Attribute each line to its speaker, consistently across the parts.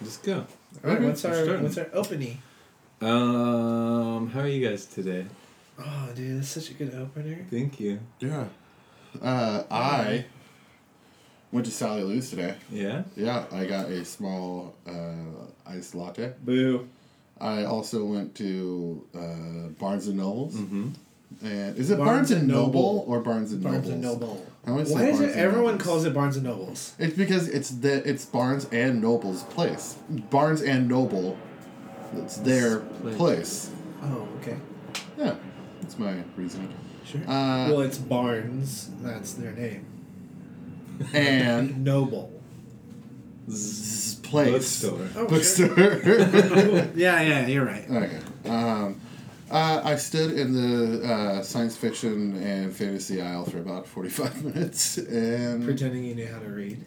Speaker 1: Let's go.
Speaker 2: All right,
Speaker 3: Mm-hmm.
Speaker 1: Okay,
Speaker 2: what's
Speaker 1: we're
Speaker 2: our
Speaker 1: starting.
Speaker 2: what's our opening?
Speaker 1: Um, how are you guys today?
Speaker 2: Oh, dude, that's such a good opener.
Speaker 1: Thank you.
Speaker 4: Yeah. Uh, I went to Sally Lou's today.
Speaker 1: Yeah.
Speaker 4: Yeah, I got a small uh, iced latte.
Speaker 1: Boo.
Speaker 4: I also went to uh, Barnes and Nobles.
Speaker 1: Mm-hmm.
Speaker 4: And is it
Speaker 2: Barnes
Speaker 4: Barnes,
Speaker 2: and
Speaker 4: and Noble
Speaker 2: Noble.
Speaker 4: or Barnes and
Speaker 2: Barnes and
Speaker 4: Nobles?
Speaker 2: Noble.
Speaker 4: I always
Speaker 2: Why
Speaker 4: say
Speaker 2: is
Speaker 4: Barnes
Speaker 2: it
Speaker 4: and
Speaker 2: everyone
Speaker 4: Nobles.
Speaker 2: calls it Barnes and Nobles?
Speaker 4: It's because it's the it's Barnes and Noble's place. Barnes and Noble, it's their
Speaker 1: Place.
Speaker 4: place.
Speaker 2: Oh, okay,
Speaker 4: Yeah, that's my reasoning.
Speaker 2: sure.
Speaker 4: Uh,
Speaker 2: well, it's Barnes. That's their name.
Speaker 4: and
Speaker 2: Noble.
Speaker 4: s- place
Speaker 1: Bookstore.
Speaker 2: Oh, sure.
Speaker 4: bookstore.
Speaker 2: yeah, yeah, you're right.
Speaker 4: Okay. Um, uh, I stood in the uh, science fiction and fantasy aisle for about 45 minutes and.
Speaker 2: Pretending you knew how to read.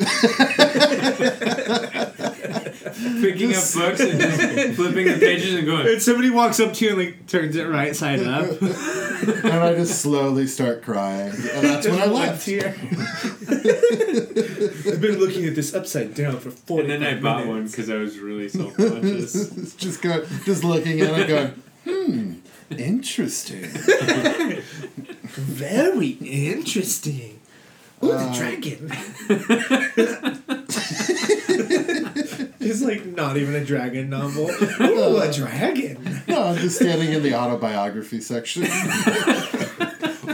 Speaker 3: picking up books and just flipping the pages and going.
Speaker 2: And somebody walks up to you and like turns it right side up.
Speaker 4: and I just slowly start crying. And that's when I left.
Speaker 2: here. I've been looking at this upside down for forty.
Speaker 3: And then I bought one because I was really self conscious.
Speaker 4: just go, just looking at it going, hmm, interesting.
Speaker 2: Very interesting. Ooh, the dragon. It's like not even a dragon novel. Ooh, a dragon.
Speaker 4: No, I'm just standing in the autobiography section.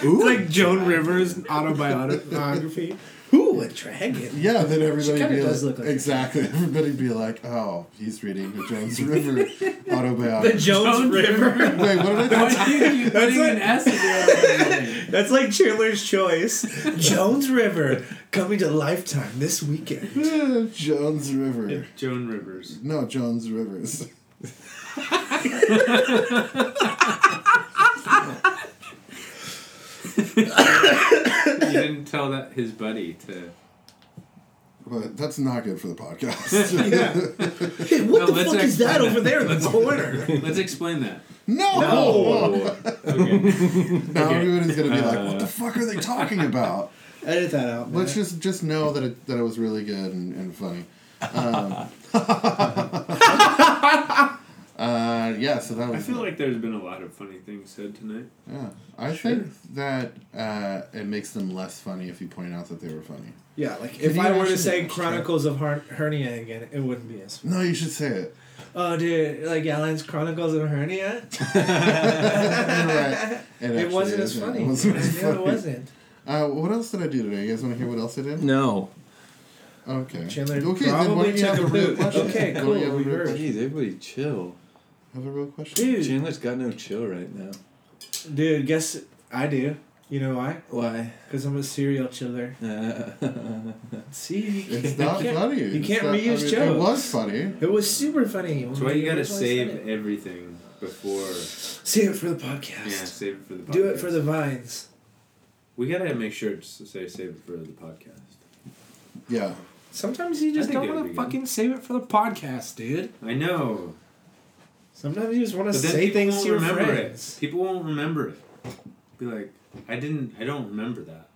Speaker 2: It's like Joan Rivers autobiography. Ooh, a dragon.
Speaker 4: Yeah, then everybody
Speaker 2: kinda
Speaker 4: be
Speaker 2: does
Speaker 4: like,
Speaker 2: look like-
Speaker 4: exactly. Everybody be like, oh, he's reading the Jones River
Speaker 2: The
Speaker 4: autobiography.
Speaker 2: Jones
Speaker 3: Joan
Speaker 2: River.
Speaker 3: River.
Speaker 4: Wait, what did I do?
Speaker 3: Why do you keep putting
Speaker 2: like-
Speaker 3: an S in there?
Speaker 2: That's like Chandler's Choice. Jones River coming to Lifetime this weekend.
Speaker 4: Eh, Jones River.
Speaker 3: Joan Rivers.
Speaker 4: No, Jones Rivers.
Speaker 3: You didn't tell that his buddy to.
Speaker 4: But that's not good for the podcast.
Speaker 2: Yeah. Hey, what
Speaker 3: No,
Speaker 2: the
Speaker 3: let's
Speaker 2: fuck is that
Speaker 3: explain
Speaker 2: over there in the corner?
Speaker 3: Let's explain that.
Speaker 4: no!
Speaker 1: Oh.
Speaker 3: Okay.
Speaker 4: Now everybody's gonna be like, what the fuck are they talking about?
Speaker 2: Edit that out. man.
Speaker 4: Let's just just know that it, that it was really good and, and funny. Um, uh, yeah, so that
Speaker 3: I
Speaker 4: was.
Speaker 3: feel like there's been a lot of funny things said tonight.
Speaker 4: yeah. I think that uh, it makes them less funny if you point out that they were funny.
Speaker 2: Yeah, like if
Speaker 4: you
Speaker 2: I were to
Speaker 4: actually
Speaker 2: say
Speaker 4: watch
Speaker 2: Chronicles of Her- Hernia again, it wouldn't be as.
Speaker 4: No, you should say it.
Speaker 2: Oh, dude, like Alan's Chronicles of Hernia.
Speaker 4: You're right.
Speaker 2: It
Speaker 4: actually
Speaker 2: wasn't as
Speaker 4: isn't.
Speaker 2: funny.
Speaker 4: It wasn't as
Speaker 2: No, it
Speaker 4: funny.
Speaker 2: wasn't.
Speaker 4: Uh, what else did I do today? You guys want to hear what else I did?
Speaker 1: No.
Speaker 4: Okay.
Speaker 2: Chandler
Speaker 4: okay, then why
Speaker 2: probably
Speaker 4: don't you have
Speaker 2: took
Speaker 4: a
Speaker 2: a
Speaker 4: real
Speaker 2: poop.
Speaker 4: question?
Speaker 2: Okay,
Speaker 4: Why don't
Speaker 2: cool,
Speaker 4: you Have a
Speaker 2: we
Speaker 4: real
Speaker 2: heard.
Speaker 4: question?
Speaker 1: Jeez, everybody chill.
Speaker 4: Have a real question?
Speaker 2: Dude,
Speaker 1: Chandler's got no chill right now.
Speaker 2: dude, guess I do. You know why?
Speaker 1: Why?
Speaker 2: Because I'm a serial chiller.
Speaker 1: Uh,
Speaker 2: See, you
Speaker 4: It's
Speaker 2: can't-
Speaker 4: not
Speaker 2: you can't-
Speaker 4: funny.
Speaker 2: You
Speaker 4: It's
Speaker 2: can't
Speaker 4: not- I
Speaker 2: reuse
Speaker 4: mean,
Speaker 2: jokes.
Speaker 4: It was funny.
Speaker 2: It was super funny.
Speaker 3: That's why you gotta
Speaker 2: That's why I said
Speaker 3: save
Speaker 2: it.
Speaker 3: everything before.
Speaker 2: Save it for the podcast.
Speaker 3: Yeah, save it for the podcast.
Speaker 2: Do it for the vines.
Speaker 3: We gotta make sure to say save it for the podcast.
Speaker 4: Yeah.
Speaker 2: Sometimes you just
Speaker 3: I think
Speaker 2: don't
Speaker 3: it'll
Speaker 2: want
Speaker 3: be
Speaker 2: to
Speaker 3: good.
Speaker 2: fucking save it for the podcast, dude.
Speaker 3: I know.
Speaker 2: Sometimes you just want to
Speaker 3: But then
Speaker 2: say
Speaker 3: people
Speaker 2: things
Speaker 3: won't
Speaker 2: to your
Speaker 3: remember
Speaker 2: friends.
Speaker 3: it. People won't remember it. Be like, I didn't. I don't remember that.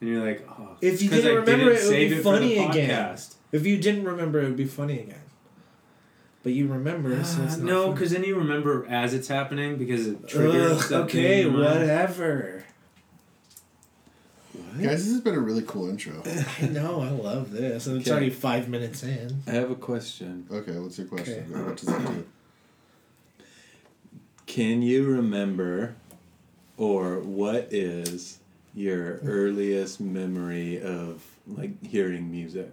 Speaker 3: And you're like, oh,
Speaker 2: If
Speaker 3: it's
Speaker 2: you
Speaker 3: 'cause
Speaker 2: didn't
Speaker 3: I
Speaker 2: remember it, it would
Speaker 3: save
Speaker 2: be
Speaker 3: for the
Speaker 2: funny again.
Speaker 3: podcast.
Speaker 2: If you didn't remember, it would be funny again. But you remember, so it's
Speaker 3: Uh,
Speaker 2: not
Speaker 3: no,
Speaker 2: funny.
Speaker 3: because then you remember as it's happening because it
Speaker 2: Ugh,
Speaker 3: triggers. something
Speaker 2: okay,
Speaker 3: in your mind.
Speaker 2: whatever.
Speaker 4: Guys, this has been a really cool intro.
Speaker 2: I know, I love this, and it's
Speaker 1: Okay.
Speaker 2: already five minutes in.
Speaker 1: I have a question.
Speaker 4: Okay, what's your question?
Speaker 2: Okay.
Speaker 4: What does it do?
Speaker 1: Can you remember, or what is your earliest memory of like hearing music?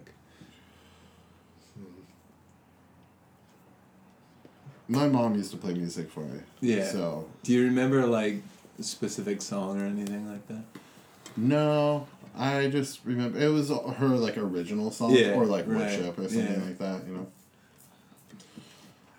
Speaker 4: My mom used to play music for me.
Speaker 1: Yeah.
Speaker 4: So,
Speaker 1: Do you remember like a specific song or anything like that?
Speaker 4: no, I just remember it was her like original song
Speaker 1: Yeah,
Speaker 4: or like
Speaker 1: right,
Speaker 4: worship or something
Speaker 1: yeah.
Speaker 4: like that, you know.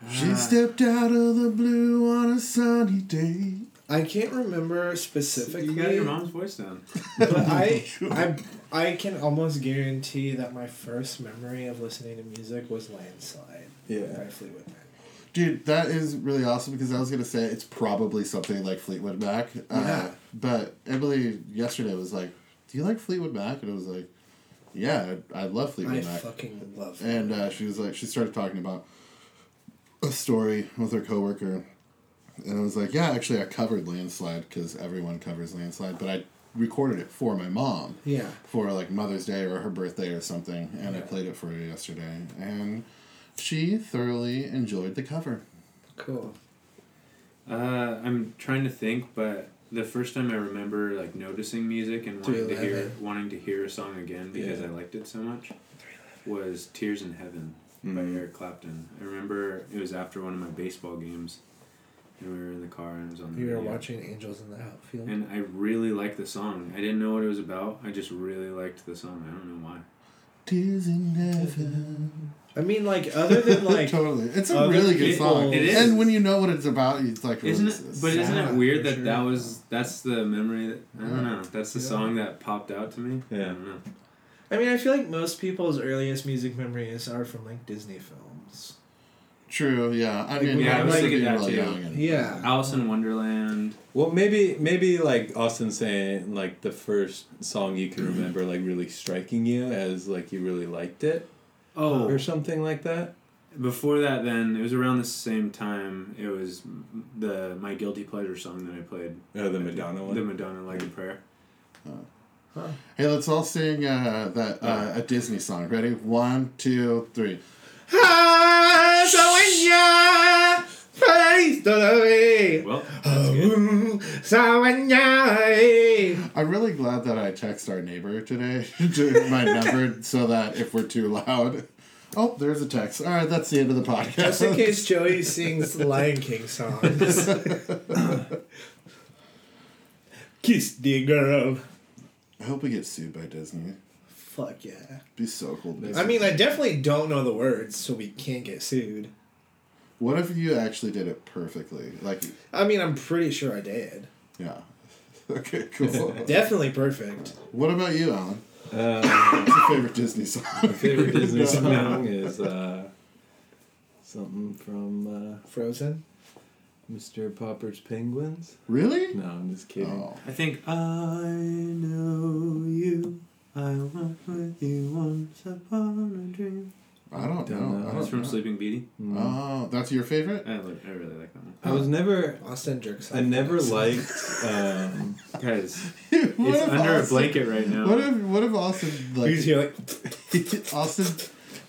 Speaker 2: Ah.
Speaker 4: She stepped out of the blue on a sunny day.
Speaker 2: I can't remember
Speaker 3: You
Speaker 2: specifically,
Speaker 3: got your mom's voice down.
Speaker 2: but I, I, I can almost guarantee that my first memory of listening to music was "Landslide" by
Speaker 1: Yeah.
Speaker 2: Fleetwood Mac.
Speaker 4: Dude, that is really awesome because I was gonna say it's probably something like Fleetwood Mac. Uh,
Speaker 2: Yeah.
Speaker 4: But Emily yesterday was like, "Do you like Fleetwood Mac?" And I was like, yeah, I, I love Fleetwood
Speaker 2: I
Speaker 4: Mac.
Speaker 2: fucking love it.
Speaker 4: and uh, she was like, she started talking about a story with her coworker, and I was like, yeah, actually, I covered landslide because everyone covers landslide, but I recorded it for my mom
Speaker 2: Yeah.
Speaker 4: for like Mother's Day or her birthday or something, and I played it for her yesterday, and she thoroughly enjoyed the cover.
Speaker 2: Cool.
Speaker 5: Uh, I'm trying to think, but the first time I remember like noticing music and wanting to hear
Speaker 2: 311.
Speaker 5: wanting to hear a song again because I liked it so much was "Tears in Heaven" by
Speaker 2: Mm-hmm.
Speaker 1: Mhm.
Speaker 5: Eric Clapton. I remember it was after one of my baseball games, and we were in the car and it was on the
Speaker 2: You were
Speaker 5: radio.
Speaker 2: watching Angels in the Outfield.
Speaker 5: And I really liked the song. I didn't know what it was about. I just really liked the song. I don't know why.
Speaker 4: Tears in heaven.
Speaker 2: I mean, like, other than like,
Speaker 4: totally, it's a
Speaker 2: other
Speaker 4: really good
Speaker 2: people-
Speaker 4: song.
Speaker 5: It is.
Speaker 4: and when you know what it's about, it's like
Speaker 5: Isn't
Speaker 4: really
Speaker 5: it? But isn't it
Speaker 2: sad,
Speaker 5: weird
Speaker 2: I'm
Speaker 5: that
Speaker 2: sure. Uh-huh.
Speaker 5: that was that's the memory that I
Speaker 4: Yeah.
Speaker 5: don't know. That's the
Speaker 2: Yeah.
Speaker 5: song that popped out to me. I
Speaker 1: Yeah.
Speaker 5: don't know.
Speaker 2: I mean, I feel like most people's earliest music memories are from like Disney films.
Speaker 4: True, yeah. I mean,
Speaker 5: Yeah, I was
Speaker 4: obviously
Speaker 5: thinking
Speaker 4: being
Speaker 5: that
Speaker 4: really
Speaker 5: too.
Speaker 4: young and-
Speaker 2: Yeah.
Speaker 5: Alice in Wonderland.
Speaker 1: Well, maybe maybe like Austin saying like the first song you can remember like really striking you as like you really liked it
Speaker 5: Oh,
Speaker 1: or something like that.
Speaker 5: before that, then it was around the same time. It was the my guilty pleasure song that I played.
Speaker 1: Oh, the Madonna
Speaker 5: The
Speaker 1: one.
Speaker 5: Madonna like a prayer.
Speaker 4: Hey, let's all sing uh, that uh, a Disney song. Ready? One, two, three.
Speaker 5: Well, that's good.
Speaker 2: That's
Speaker 4: I'm really glad that I text our neighbor today to my number so that if we're too loud. Oh, there's a text. All right, that's the end of the podcast.
Speaker 2: Just in case Joey sings Lion King songs. Kiss the girl.
Speaker 4: I hope we get sued by Disney.
Speaker 2: Fuck yeah.
Speaker 4: Be so cool. to be
Speaker 2: I
Speaker 4: sued.
Speaker 2: mean, I definitely don't know the words, so we can't get sued.
Speaker 4: what if you actually did it perfectly? Like,
Speaker 2: I mean, I'm pretty sure I did.
Speaker 4: yeah. Okay, cool.
Speaker 2: Definitely perfect.
Speaker 4: what about you, Alan?
Speaker 1: Uh,
Speaker 4: What's your favorite Disney song?
Speaker 1: my favorite Disney song is uh, something from
Speaker 2: Frozen.
Speaker 1: uh, Mr. Popper's Penguins.
Speaker 4: Really?
Speaker 1: No, I'm just kidding.
Speaker 4: Oh.
Speaker 5: I think I know you. I went with you once upon a dream.
Speaker 4: I don't,
Speaker 1: Don't
Speaker 4: know.
Speaker 1: know.
Speaker 4: I don't
Speaker 5: That's from
Speaker 4: know.
Speaker 5: Sleeping Beauty.
Speaker 1: Mm.
Speaker 4: Oh, that's your favorite?
Speaker 5: I, like, I really like that one.
Speaker 1: I was never.
Speaker 2: Austin jerks.
Speaker 1: I
Speaker 2: off.
Speaker 1: never liked. Um,
Speaker 5: Guys,
Speaker 4: What
Speaker 5: it's
Speaker 4: if
Speaker 5: under a
Speaker 4: Austin-
Speaker 5: blanket right now.
Speaker 4: What if what if Austin
Speaker 2: He's
Speaker 4: like
Speaker 2: here like.
Speaker 4: Austin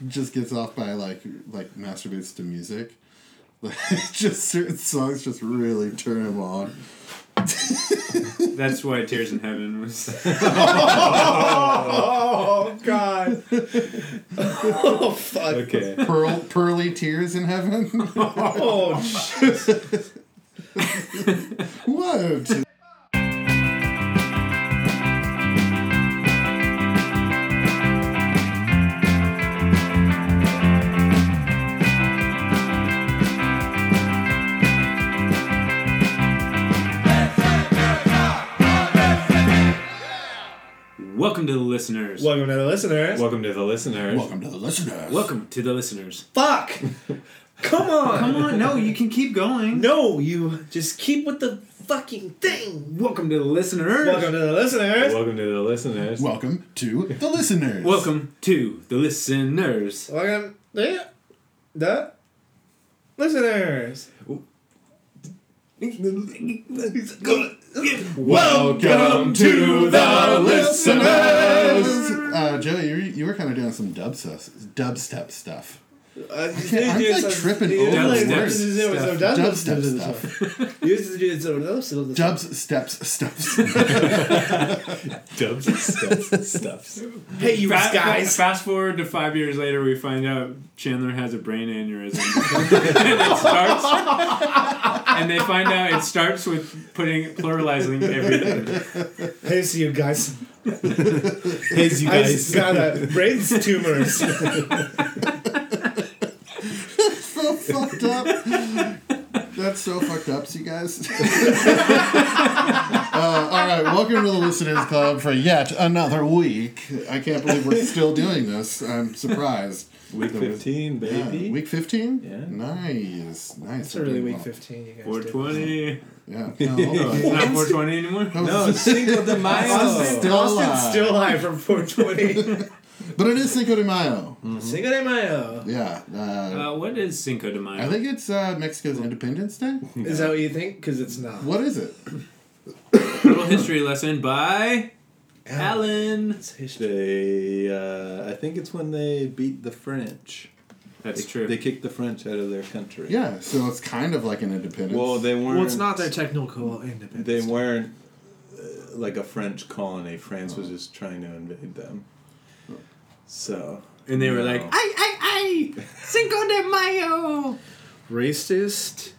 Speaker 4: just gets off by like like masturbates to music? Like just certain songs just really turn him on.
Speaker 5: That's why Tears in Heaven was.
Speaker 2: Oh God. oh fuck.
Speaker 1: okay.
Speaker 4: Pearl pearly tears in heaven.
Speaker 2: Oh shit.
Speaker 4: what?
Speaker 5: Welcome to the listeners.
Speaker 2: Welcome to the listeners.
Speaker 1: Welcome to the listeners.
Speaker 4: Welcome to the listeners.
Speaker 5: Welcome to the listeners.
Speaker 2: Fuck. Come on.
Speaker 5: Come on, no, you can keep going.
Speaker 2: No, you just keep with the fucking thing.
Speaker 5: Welcome to the listeners.
Speaker 2: Welcome to the listeners.
Speaker 1: Welcome to the listeners.
Speaker 4: Welcome to the listeners.
Speaker 5: Welcome to the listeners.
Speaker 2: Welcome to the listeners.
Speaker 1: Welcome to the listeners.
Speaker 4: Uh, Joey, you, were- you were kind of doing some dubstep dubstep stuff.
Speaker 2: Uh,
Speaker 4: can't- I'm, like, tripping over
Speaker 5: words.
Speaker 4: Dubstep stuff. Dubstep stuff.
Speaker 1: Dubs stuff. stuffs.
Speaker 2: Hey, you
Speaker 5: Fast,
Speaker 2: guys.
Speaker 5: fast forward to five years later, we find out Chandler has a brain aneurysm, and it starts. And they find out it starts with putting pluralizing everything.
Speaker 2: Hey, see you guys.
Speaker 1: Hey, you
Speaker 2: I just got a brain tumors.
Speaker 4: so fucked up. That's so fucked up, you guys. uh, all right, welcome to the Listeners Club for yet another week. I can't believe we're still doing this. I'm surprised.
Speaker 1: Week
Speaker 4: There was-
Speaker 1: 15,
Speaker 4: Yeah,
Speaker 1: baby.
Speaker 4: week 15?
Speaker 1: Yeah.
Speaker 4: Nice. Nice.
Speaker 2: It's really week
Speaker 4: Well,
Speaker 2: 15, you guys.
Speaker 5: Four
Speaker 2: did.
Speaker 5: twenty.
Speaker 4: Yeah. No, hold on.
Speaker 5: Not four twenty anymore.
Speaker 1: no, Cinco de Mayo.
Speaker 2: Austin's
Speaker 4: Still
Speaker 2: still,
Speaker 4: alive.
Speaker 2: Austin's still alive from 420.
Speaker 4: But it is Cinco de Mayo.
Speaker 2: Cinco de Mayo.
Speaker 4: Yeah. Uh,
Speaker 5: Uh, what is Cinco de Mayo?
Speaker 4: I think it's uh, Mexico's Independence Day.
Speaker 2: Is that what you think? Because it's not.
Speaker 4: What is it?
Speaker 5: Little history lesson by Alan.
Speaker 2: It's history.
Speaker 1: They, uh, I think it's when they beat the French.
Speaker 5: That's
Speaker 1: they,
Speaker 5: true.
Speaker 1: They kicked the French out of their country.
Speaker 4: Yeah, so it's kind of like an independence.
Speaker 1: Well, they weren't.
Speaker 2: Well, it's not their technical independence.
Speaker 1: They weren't uh, like a French colony. France was just trying to invade them. So
Speaker 5: and they were like,
Speaker 1: No.
Speaker 5: "Ay, ay, ay, Cinco de Mayo."
Speaker 2: Racist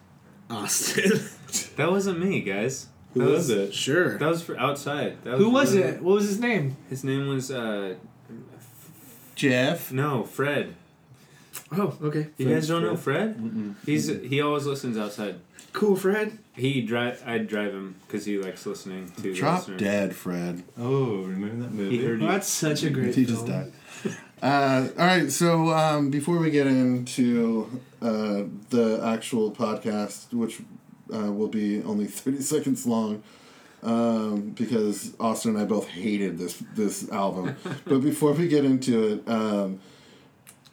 Speaker 2: Austin.
Speaker 5: That wasn't me, guys.
Speaker 1: who
Speaker 5: That
Speaker 1: was it?
Speaker 2: sure.
Speaker 5: That was for outside. That was
Speaker 2: Who was
Speaker 5: really-
Speaker 2: it? What was his name?
Speaker 5: His name was uh,
Speaker 4: Jeff.
Speaker 5: no Fred.
Speaker 2: Oh, okay.
Speaker 5: You
Speaker 1: Fred-
Speaker 5: guys don't know Fred?
Speaker 1: Mm-mm.
Speaker 5: He's he always listens outside.
Speaker 2: Cool, Fred.
Speaker 5: He drive. I drive him because he likes listening to. the
Speaker 4: Drop
Speaker 5: listener.
Speaker 4: dead, Fred.
Speaker 1: Oh, remember that movie?
Speaker 5: He heard you.
Speaker 2: Well, that's such a great.
Speaker 4: He
Speaker 2: film.
Speaker 4: just died. Uh, all right, so um, before we get into uh, the actual podcast, which uh, will be only 30 seconds long, um, because Austin and I both hated this, this album. but before we get into it, um,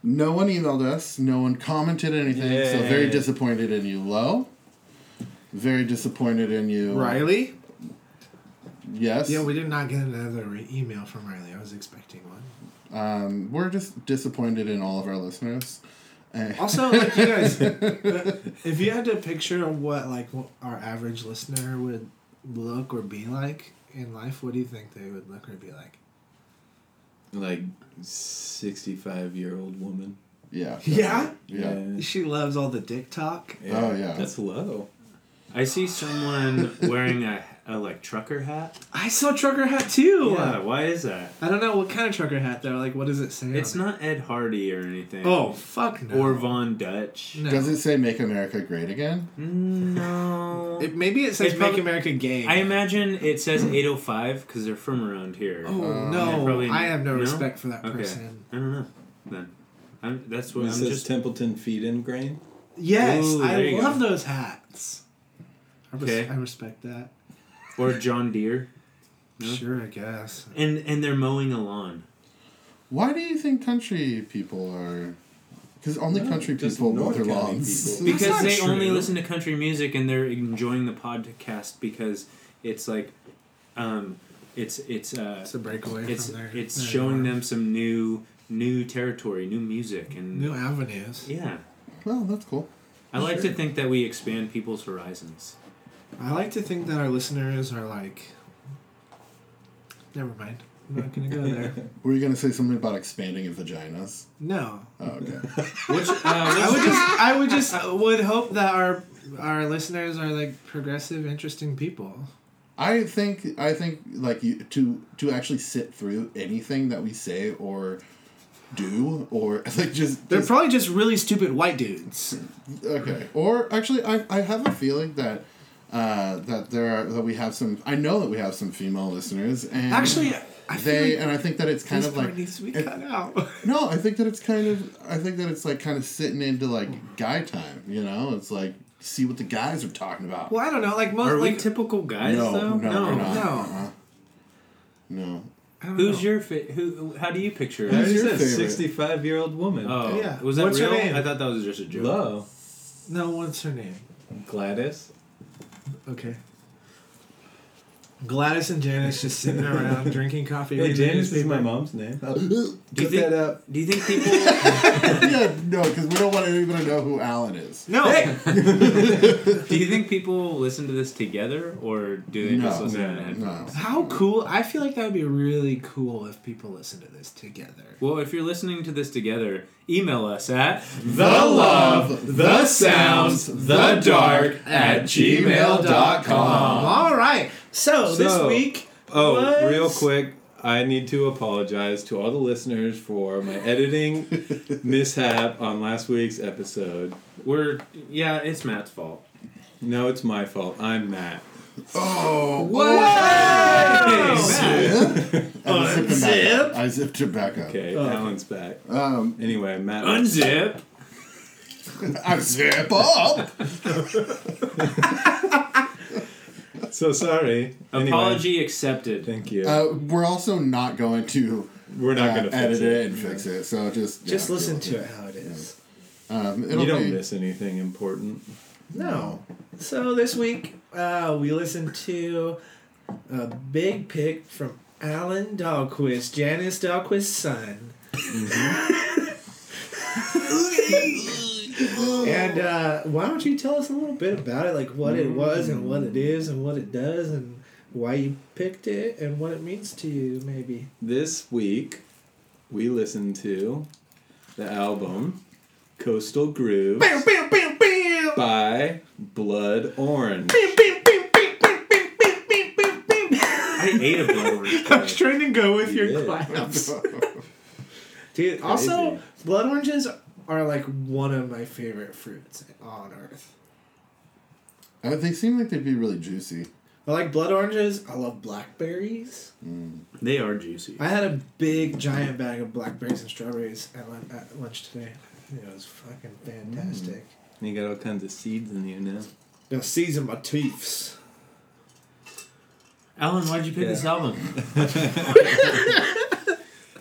Speaker 4: no one emailed us, no one commented anything, so very
Speaker 1: Yay.
Speaker 4: disappointed in you, Lo. Very disappointed in you.
Speaker 2: Riley.
Speaker 4: Yes.
Speaker 2: Yeah, we did not get another re- email from Riley. I was expecting one.
Speaker 4: um, we're just disappointed in all of our listeners. Eh.
Speaker 2: Also, like you guys, uh, if you had to picture what like what our average listener would look or be like in life, what do you think they would look or be like?
Speaker 1: Like sixty-five-year-old woman.
Speaker 4: Yeah.
Speaker 2: Yeah,
Speaker 4: Yeah.
Speaker 2: she loves all the dick talk.
Speaker 1: Yeah.
Speaker 4: Oh, yeah.
Speaker 1: That's low.
Speaker 5: I see someone wearing a, a like trucker hat.
Speaker 2: I saw trucker hat too.
Speaker 5: Yeah, why is that?
Speaker 2: I don't know what kind of trucker hat though. Like, what does it say?
Speaker 5: It's
Speaker 2: on
Speaker 5: not Ed Hardy or anything.
Speaker 2: it? Oh fuck no.
Speaker 5: or Von Dutch.
Speaker 2: no.
Speaker 4: Does it say "Make America Great Again"?
Speaker 5: No.
Speaker 2: It, maybe it says
Speaker 5: It's
Speaker 2: "Make
Speaker 5: probably-
Speaker 2: America Gay."
Speaker 5: I imagine it says 805 because they're from around here.
Speaker 2: Oh
Speaker 4: Uh,
Speaker 2: no!
Speaker 5: Um, yeah, probably-
Speaker 2: I have no,
Speaker 5: no?
Speaker 2: respect for that
Speaker 5: Okay.
Speaker 2: person.
Speaker 5: I don't know. Then I'm, that's what
Speaker 1: It
Speaker 5: I'm
Speaker 1: says
Speaker 5: just.
Speaker 1: Templeton feed in grain.
Speaker 2: Yes,
Speaker 5: Ooh, there
Speaker 2: I
Speaker 5: you
Speaker 2: love those hats. I, res-
Speaker 5: Okay.
Speaker 2: I respect that.
Speaker 5: or John Deere, No?
Speaker 2: Sure, I guess.
Speaker 5: and and they're mowing a lawn.
Speaker 4: Why do you think country people are? Because only
Speaker 1: No,
Speaker 4: country
Speaker 1: just
Speaker 4: people mow
Speaker 1: North
Speaker 4: their
Speaker 1: County
Speaker 4: lawns.
Speaker 1: people.
Speaker 2: That's
Speaker 5: Because
Speaker 2: not
Speaker 5: they
Speaker 2: true.
Speaker 5: only listen to country music and they're enjoying the podcast because it's like, um, it's it's uh,
Speaker 2: It's a breakaway
Speaker 5: it's
Speaker 2: from there.
Speaker 5: it's showing them some new new territory, new music, and
Speaker 2: new avenues.
Speaker 5: yeah.
Speaker 4: Well, that's cool.
Speaker 5: I like
Speaker 1: Sure.
Speaker 5: to think that we expand people's horizons.
Speaker 2: I like to think that our listeners are like. Never mind. I'm not gonna go there.
Speaker 4: Were you gonna say something about expanding of vaginas?
Speaker 2: No,
Speaker 4: Oh, okay.
Speaker 5: Which uh,
Speaker 2: I would just, I would just, I would hope that our our listeners are like progressive, interesting people.
Speaker 4: I think I think like you, to to actually sit through anything that we say or do or like just,
Speaker 2: They're
Speaker 4: just
Speaker 2: probably just really stupid white dudes.
Speaker 4: okay. Or actually, I I have a feeling that. Uh, that there are that we have some. I know that we have some female listeners, and
Speaker 2: Actually, I feel
Speaker 4: they
Speaker 2: like
Speaker 4: and I think that it's kind
Speaker 2: this
Speaker 4: of like
Speaker 2: part needs to be
Speaker 4: it-
Speaker 2: cut out.
Speaker 4: No, I think that it's kind of I think that it's like kind of sitting into like guy time, you know? It's like see what the guys are talking about.
Speaker 2: Well, I don't know. Like most,
Speaker 5: are we
Speaker 2: like
Speaker 5: typical guys
Speaker 4: No,
Speaker 5: though?
Speaker 4: no, we're not.
Speaker 2: no.
Speaker 4: Uh-uh. No.
Speaker 2: I don't
Speaker 5: Who's
Speaker 2: know.
Speaker 5: your fa- who? How do you picture?
Speaker 1: It
Speaker 4: Who's
Speaker 5: It?
Speaker 4: your
Speaker 1: says
Speaker 4: favorite?
Speaker 1: Sixty-five-year-old woman.
Speaker 5: Oh,
Speaker 2: Yeah.
Speaker 5: was that
Speaker 2: What's her
Speaker 5: real?
Speaker 2: name?
Speaker 5: I thought that was just a joke.
Speaker 1: low.
Speaker 2: no? What's her name?
Speaker 1: Gladys.
Speaker 2: Okay. Gladys and Janice just sitting around drinking coffee.
Speaker 1: Hey,
Speaker 2: reading
Speaker 1: Janice is
Speaker 2: newspaper.
Speaker 1: my mom's name. I'll
Speaker 5: Do you
Speaker 1: cut
Speaker 5: think-
Speaker 1: that out.
Speaker 5: Do you think people?
Speaker 4: yeah, no, because we don't want anybody to know who Alan is.
Speaker 2: No,
Speaker 5: do you think people listen to this together, or do they
Speaker 4: No,
Speaker 5: just listen
Speaker 1: no,
Speaker 5: to it?
Speaker 4: No.
Speaker 2: how cool! I feel like that would be really cool if people listen to this together.
Speaker 5: Well, if you're listening to this together, email us at
Speaker 1: The
Speaker 4: love, the sounds, the dark
Speaker 1: at gmail.com.
Speaker 2: All right. So, this
Speaker 1: So-
Speaker 2: week,
Speaker 1: Oh,
Speaker 2: What?
Speaker 1: real quick, I need to apologize to all the listeners for my editing mishap on last week's episode.
Speaker 5: we're yeah, it's Matt's fault.
Speaker 1: No, it's my fault. I'm Matt.
Speaker 4: Oh,
Speaker 5: Hey, Oh, Matt.
Speaker 4: I zipped him back up. I zipped him back up.
Speaker 1: Okay, Alan's back.
Speaker 4: Oh. Um,
Speaker 1: Anyway, Matt.
Speaker 5: Unzip.
Speaker 4: I zip up.
Speaker 1: so sorry. Anyway,
Speaker 5: Apology accepted.
Speaker 1: Thank you.
Speaker 4: Uh, we're also not going to
Speaker 1: We're not
Speaker 4: uh,
Speaker 1: gonna fix
Speaker 4: edit it,
Speaker 1: it.
Speaker 4: and fix it. So just
Speaker 2: Just
Speaker 4: yeah,
Speaker 2: listen
Speaker 4: deal
Speaker 2: to it
Speaker 4: with
Speaker 2: how it is.
Speaker 4: Um, it'll
Speaker 1: You don't
Speaker 4: be-
Speaker 1: miss anything important.
Speaker 2: No. So this week uh, we listened to a big pick from Alan Dahlquist, Janice Dahlquist's son. Mm-hmm. and uh, why don't you tell us a little bit about it, like what it was and what it is and what it does and why you picked it and what it means to you, maybe.
Speaker 1: This week, we listened to the album Coastal Groove
Speaker 2: Bam, bam, bam, bam.
Speaker 1: by Blood Orange.
Speaker 2: Bam, bam, bam, bam, bam, bam, bam, bam, bam, bam.
Speaker 5: I ate a Blood Orange.
Speaker 2: I was
Speaker 5: today.
Speaker 2: trying to go with
Speaker 1: You
Speaker 2: your
Speaker 1: did.
Speaker 2: claps. Dude, also, blood oranges are like one of my favorite fruits on earth.
Speaker 4: Uh, they seem like they'd be really juicy.
Speaker 2: I like blood oranges. I love blackberries.
Speaker 5: They are juicy.
Speaker 2: I had a big, giant bag of blackberries and strawberries at, lun- at lunch today. It was fucking fantastic.
Speaker 1: You got all kinds of seeds in you now.
Speaker 2: Gonna Mm. season my teeths.
Speaker 5: Alan, why'd you pick
Speaker 1: Yeah.
Speaker 5: this album?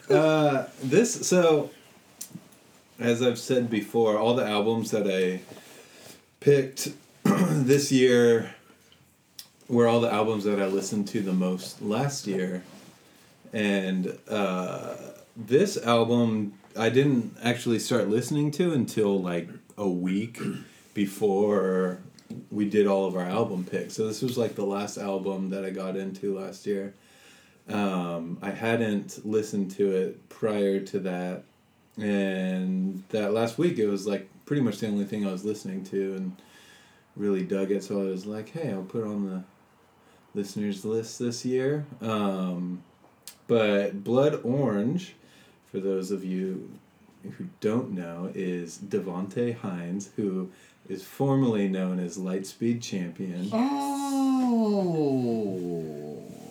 Speaker 1: Uh, this so as I've said before, all the albums that I picked this year were all the albums that I listened to the most last year. And uh, this album I didn't actually start listening to until like a week before we did all of our album picks. So this was like the last album that I got into last year. Um, I hadn't listened to it prior to that, and that last week it was like pretty much the only thing I was listening to, and really dug it. So I was like, hey, I'll put it on the listeners list this year. Um, but Blood Orange, for those of you who don't know, is Devonte Hines, who is formerly known as Lightspeed Champion.
Speaker 4: Oh.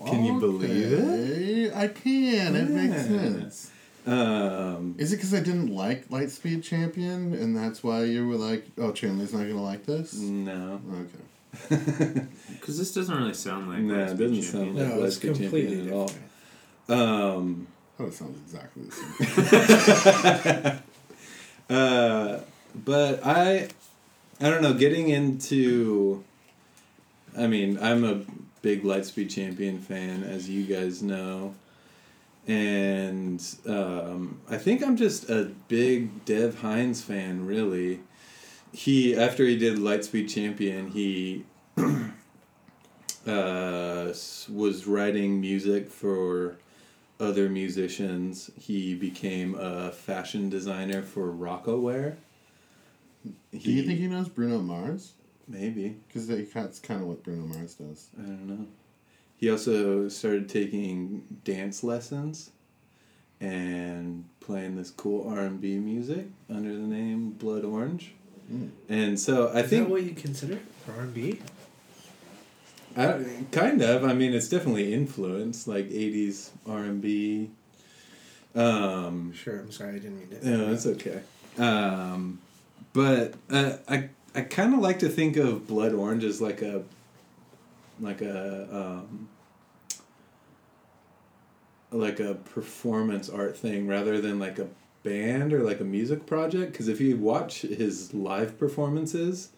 Speaker 1: Can you believe
Speaker 4: it? I can. It makes
Speaker 1: Yeah.
Speaker 4: sense.
Speaker 1: Um,
Speaker 4: Is it because I didn't like Lightspeed Champion, and that's why you were like, "Oh, Chandler's not gonna like this"?
Speaker 1: no.
Speaker 4: Okay.
Speaker 5: Because this doesn't really sound like.
Speaker 1: No, it
Speaker 5: Lightspeed
Speaker 1: doesn't sound
Speaker 5: Champion.
Speaker 1: like
Speaker 2: No, it's
Speaker 1: Lightspeed
Speaker 2: completely
Speaker 1: Champion at all. Um,
Speaker 2: different.
Speaker 4: Oh, it sounds exactly the same.
Speaker 1: uh, but I, I don't know. Getting into, I mean, I'm a big Lightspeed Champion fan, as you guys know, and um, I think I'm just a big Dev Hines fan. Really, he after he did Lightspeed Champion, he. Uh, s- was writing music for other musicians. He became a fashion designer for Rockaware.
Speaker 4: Do you think he knows Bruno Mars?
Speaker 1: maybe
Speaker 4: Because that's kind of what Bruno Mars does.
Speaker 1: I don't know. He also started taking dance lessons and playing this cool R and B music under the name Blood Orange. And so I
Speaker 2: Is
Speaker 1: think
Speaker 2: that what you consider R and B?
Speaker 1: I, kind of. I mean, it's definitely influenced like '80s R and B. Um,
Speaker 2: Sure. I'm sorry. I didn't mean to.
Speaker 1: No, that's okay. Um, but uh, I I kind of like to think of blood orange as like a like a um, like a performance art thing rather than like a band or like a music project. Because if you watch his live performances,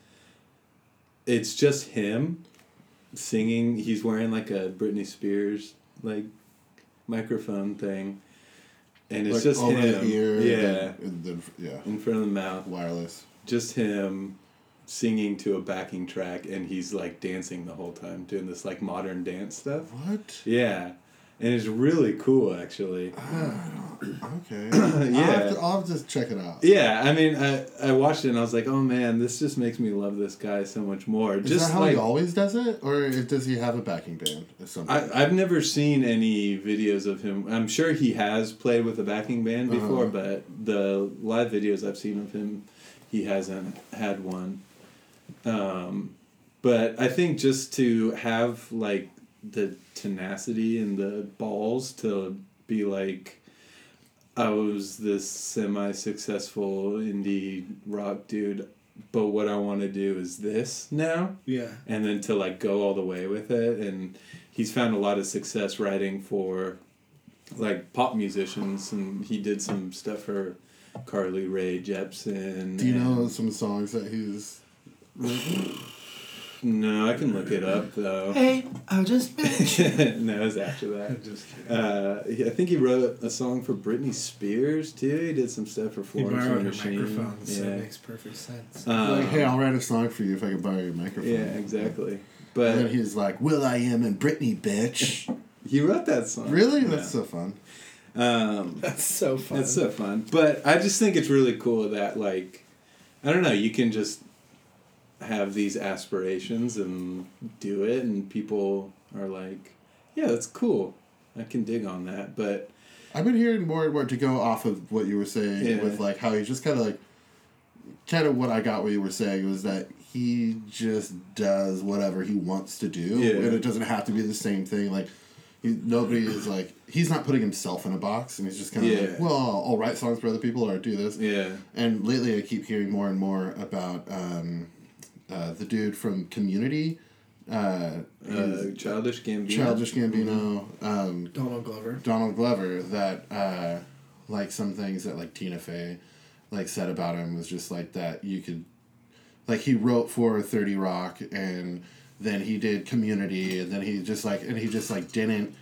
Speaker 1: it's just him singing. He's wearing like a Britney Spears like microphone thing. And it's
Speaker 4: like
Speaker 1: just
Speaker 4: over
Speaker 1: him.
Speaker 4: the ear.
Speaker 1: yeah
Speaker 4: and- and the- yeah.
Speaker 1: in front of the mouth,
Speaker 4: Wireless.
Speaker 1: just him singing to a backing track, and he's like dancing the whole time, doing this like modern dance stuff.
Speaker 4: What?
Speaker 1: Yeah, and it's really cool, actually.
Speaker 4: Okay. I'll, have
Speaker 1: Yeah.
Speaker 4: to, I'll have to check it out.
Speaker 1: Yeah, I mean, I I watched it and I was like, oh man, this just makes me love this guy so much more.
Speaker 4: Is
Speaker 1: just
Speaker 4: that how
Speaker 1: like
Speaker 4: he always does it, or is- does he have a backing band or something?
Speaker 1: I, I've never seen any videos of him. I'm sure he has played with a backing band before,
Speaker 4: Uh-huh.
Speaker 1: but the live videos I've seen of him, he hasn't had one. Um, but I think just to have like the tenacity and the balls to be like, I was this semi successful indie rock dude, but what I want to do is this now
Speaker 2: Yeah.
Speaker 1: and then to like go all the way with it and he's found a lot of success writing for like pop musicians, and he did some stuff for Carly Rae Jepsen.
Speaker 4: Do you know
Speaker 1: and-
Speaker 4: some songs that he's?
Speaker 1: No, I can look it up though.
Speaker 2: Hey, I just
Speaker 1: no, it was after that.
Speaker 2: just kidding.
Speaker 1: Uh, he- I think he wrote a song for Britney Spears too. He did some stuff for
Speaker 2: He
Speaker 1: Florence and
Speaker 2: borrowed
Speaker 1: the
Speaker 2: her
Speaker 1: Machine.
Speaker 2: microphone, so it
Speaker 1: yeah.
Speaker 2: makes perfect sense.
Speaker 1: Um,
Speaker 4: like, hey, I'll write a song for you if I can borrow your microphone.
Speaker 1: yeah, exactly.
Speaker 4: And then
Speaker 1: But
Speaker 4: he's like, "Will I am and Britney, bitch."
Speaker 1: he wrote that song.
Speaker 4: really?
Speaker 1: Yeah.
Speaker 4: That's so fun.
Speaker 1: Um,
Speaker 2: That's so fun.
Speaker 1: That's so fun. But I just think it's really cool that like I don't know, you can just have these aspirations and do it and people are like, Yeah, that's cool. I can dig on that. But
Speaker 4: I've been hearing more and more to go off of what you were saying
Speaker 1: Yeah.
Speaker 4: with like how he just kind of like, kind of what I got what you were saying was that he just does whatever he wants to do,
Speaker 1: Yeah.
Speaker 4: and it doesn't have to be the same thing. Like, he, nobody is like he's not putting himself in a box, and he's just kind of
Speaker 1: Yeah.
Speaker 4: like, well, I'll write songs for other people or I'll do this.
Speaker 1: yeah.
Speaker 4: And lately, I keep hearing more and more about um, uh, the dude from Community, uh,
Speaker 1: Uh,
Speaker 4: he's
Speaker 1: childish Gambino.
Speaker 4: Childish Gambino, um,
Speaker 2: Donald Glover.
Speaker 4: Donald Glover. That uh, like some things that like Tina Fey, like said about him was just like that you could, like he wrote for Thirty Rock and then he did Community and then he just like and he just like didn't,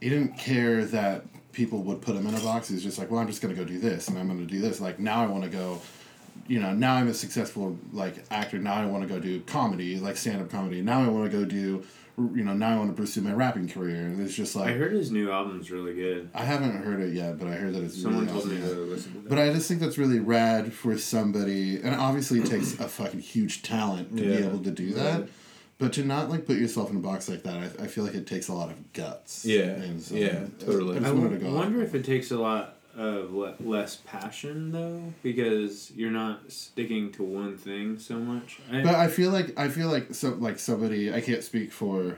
Speaker 4: he didn't care that people would put him in a box. He's just like, well, I'm just gonna go do this and I'm gonna do this. Like now I want to go you know, now I'm a successful like actor. Now I want to go do comedy, like stand up comedy. Now I want to go do, you know, now I want to pursue my rapping career. And it's just
Speaker 5: I
Speaker 4: like I,
Speaker 5: heard his new album's really good.
Speaker 4: haven't heard it yet, but I heard that it's
Speaker 5: Someone
Speaker 4: really
Speaker 5: told
Speaker 4: awesome.
Speaker 5: me to listen to that.
Speaker 4: But I just think that's really rad for somebody, and obviously it takes a fucking huge talent to be
Speaker 1: Yeah.
Speaker 4: able to do that. But to not like put yourself in a box like that, I, I feel like it takes a lot of guts.
Speaker 1: Yeah.
Speaker 4: And so,
Speaker 1: Yeah, totally.
Speaker 4: I
Speaker 5: I
Speaker 4: just wanted to go.
Speaker 5: wonder if it takes a lot of le- less passion though, because you're not sticking to one thing so much. I,
Speaker 4: But I feel like I feel like so like somebody I can't speak for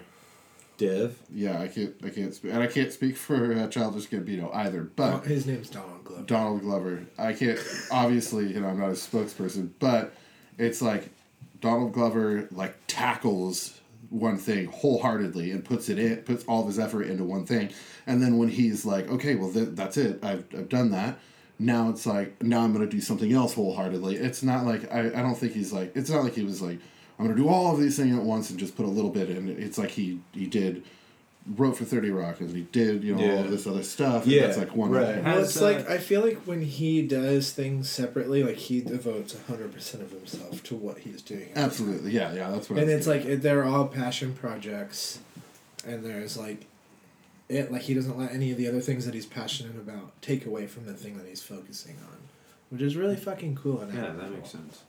Speaker 1: Dev.
Speaker 4: Yeah, I can't. I can't speak, and I can't speak for uh, Childish Gambino either.
Speaker 2: Oh,
Speaker 4: But
Speaker 2: his name's Donald Glover.
Speaker 4: Donald Glover, I can't. Obviously, you know, I'm not a spokesperson, but it's like Donald Glover like tackles one thing wholeheartedly and puts it in, puts all of his effort into one thing, and then when he's like, okay, well, th- that's it. I've I've done that. Now it's like now I'm gonna do something else wholeheartedly. It's not like I, I don't think he's like it's not like he was like I'm gonna do all of these things at once and just put a little bit in. It's like he he did wrote for Thirty Rock and he did you know all
Speaker 1: Yeah.
Speaker 4: of this other stuff. and
Speaker 1: Yeah,
Speaker 4: that's like one
Speaker 1: right.
Speaker 2: Well,
Speaker 3: Has,
Speaker 2: it's
Speaker 3: uh,
Speaker 2: like I feel like when he does things separately, like he devotes hundred percent of himself to what he's doing,
Speaker 4: Absolutely, yeah, yeah, that's what. I
Speaker 2: and
Speaker 4: was
Speaker 2: it's like it- they're all passion projects, and there's like, it like he doesn't let any of the other things that he's passionate about take away from the thing that he's focusing on, which is really fucking cool. And
Speaker 5: yeah, that
Speaker 2: admirable.
Speaker 5: makes sense.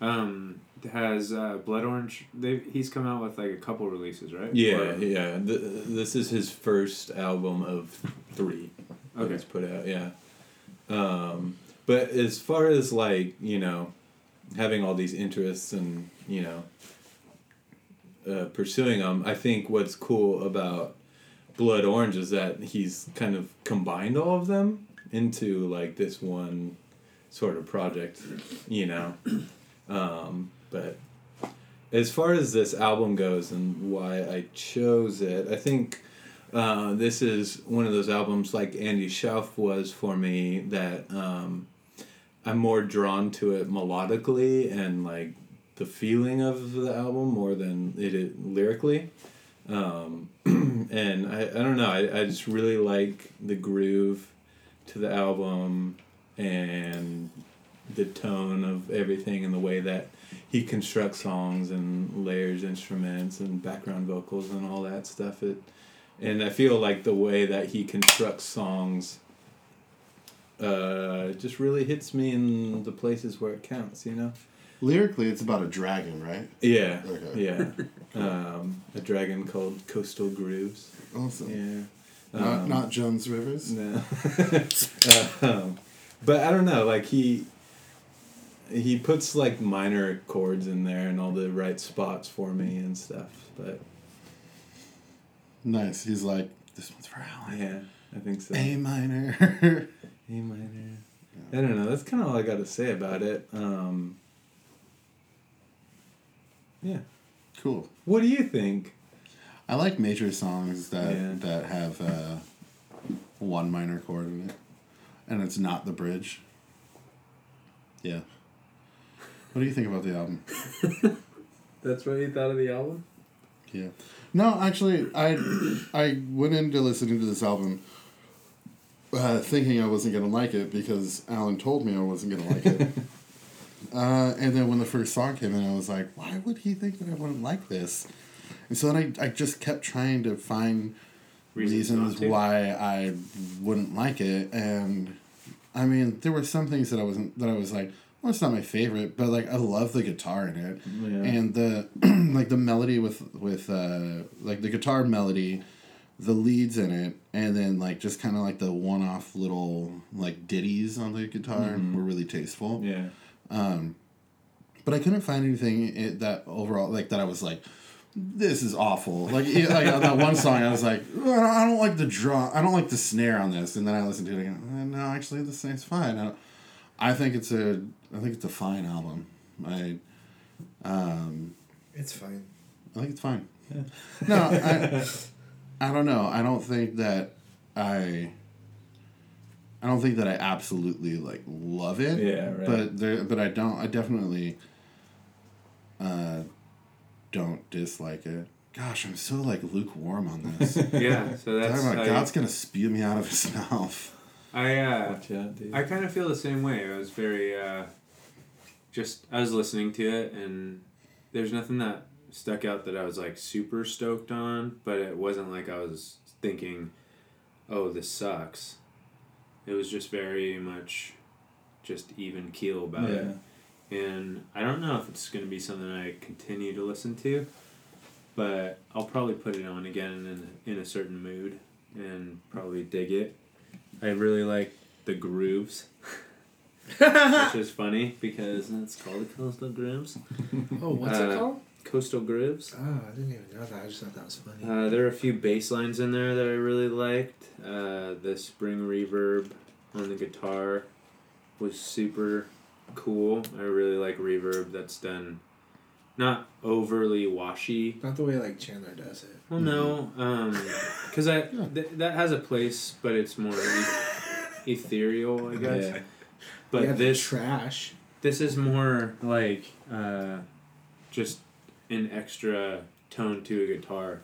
Speaker 5: Um, has uh, Blood Orange? They he's come out with like a couple releases, right?
Speaker 1: Yeah,
Speaker 5: Or-
Speaker 1: yeah. Th- this is his first album of three that
Speaker 5: Okay.
Speaker 1: he's put out. Yeah. Um, but as far as like you know, having all these interests and you know, uh, pursuing them, I think what's cool about Blood Orange is that he's kind of combined all of them into like this one sort of project, you know. Um, but as far as this album goes and why I chose it, I think uh, this is one of those albums like Andy Schauf was for me that um, I'm more drawn to it melodically and like the feeling of the album more than it, it lyrically. Um, and I, I don't know, I, I just really like the groove to the album and the tone of everything and the way that he constructs songs and layers instruments and background vocals and all that stuff. It, and I feel like the way that he constructs songs uh, just really hits me in the places where it counts, you know?
Speaker 4: lyrically, it's about a dragon, right?
Speaker 1: Yeah.
Speaker 4: Okay.
Speaker 1: Yeah. Um, a dragon called Coastal Grooves.
Speaker 4: Awesome.
Speaker 1: Yeah.
Speaker 4: Not,
Speaker 1: Um,
Speaker 4: not Jones Rivers.
Speaker 1: No. um, but I don't know, like he he puts like minor chords in there and all the right spots for me and stuff. But
Speaker 4: Nice. He's like this one's for Alan.
Speaker 1: yeah, I think so.
Speaker 4: A minor.
Speaker 1: A minor. I don't know. That's kind of all I got to say about it. Um, yeah.
Speaker 4: cool.
Speaker 1: What do you think?
Speaker 4: I like major songs that
Speaker 1: Yeah.
Speaker 4: that have uh, one minor chord in it, and it's not the bridge. Yeah. What do you think about the album?
Speaker 5: That's what you thought of the album?
Speaker 4: Yeah. No, actually, I I went into listening to this album uh, thinking I wasn't gonna like it because Alan told me I wasn't gonna like it. uh, and then when the first song came in, I was like, why would he think that I wouldn't like this? And so then I I just kept trying to find
Speaker 5: Reasons
Speaker 4: reasons,
Speaker 5: not to.
Speaker 4: why I wouldn't like it, and I mean there were some things that I wasn't that I was like, well, it's not my favorite, but like I love the guitar in it,
Speaker 1: Yeah.
Speaker 4: and the like the melody with with uh, like the guitar melody, the leads in it, and then like just kind of like the one off little like ditties on the guitar were really tasteful
Speaker 1: Yeah.
Speaker 4: but I couldn't find anything it, that overall like that I was like, this is awful. Like it, like on that one song, I was like, "Oh, I don't- I don't like the drum, I don't like the snare on this, and then I listened to it again. "Uh, No, actually, the snare's fine. I, don't- I think it's a I think it's a fine album. I
Speaker 2: It's fine.
Speaker 4: I think it's fine. No, I, I don't know. I don't think that I. I don't think that I absolutely like love it.
Speaker 1: Yeah, right.
Speaker 4: But there, but I don't. I definitely. Uh, don't dislike it. Gosh, I'm so like lukewarm on this. Talking
Speaker 5: Yeah, so that's
Speaker 4: about
Speaker 5: how
Speaker 4: God's gonna spew me out of his mouth.
Speaker 5: I uh
Speaker 1: Watch out, dude.
Speaker 5: I kind of feel the same way. I was very uh just I was listening to it and there's nothing that stuck out that I was like super stoked on, but it wasn't like I was thinking, "Oh, this sucks." It was just very much just even keel about it.
Speaker 1: yeah.
Speaker 5: and I don't know if it's going to be something I continue to listen to, but I'll probably put it on again in in a certain mood and probably dig it. I really like the grooves, which is funny because it's called coastal grooves.
Speaker 2: Oh, what's it
Speaker 5: Uh,
Speaker 2: called?
Speaker 5: Coastal grooves.
Speaker 2: Oh, I didn't even know that. I just thought that was funny.
Speaker 5: Uh, there are a few bass lines in there that I really liked. Uh, the spring reverb on the guitar was super cool. I really like reverb that's done not overly washy.
Speaker 2: Not the way like Chandler does it.
Speaker 5: Well, no, because I th- that has a place, but it's more eth- ethereal, I guess.
Speaker 1: Yeah.
Speaker 5: But
Speaker 2: yeah,
Speaker 5: this
Speaker 2: trash.
Speaker 5: this is more like uh, just an extra tone to a guitar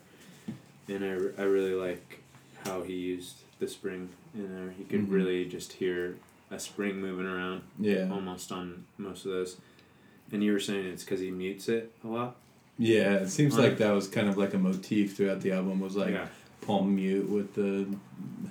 Speaker 5: and I, re- I really like how he used the spring in there you could
Speaker 1: Mhm.
Speaker 5: really just hear a spring moving around
Speaker 1: Yeah.
Speaker 5: almost on most of those and you were saying it's because he mutes it a lot
Speaker 1: Yeah, it seems
Speaker 5: Right.
Speaker 1: like that was kind of like a motif throughout the album was like
Speaker 5: yeah
Speaker 1: palm mute with the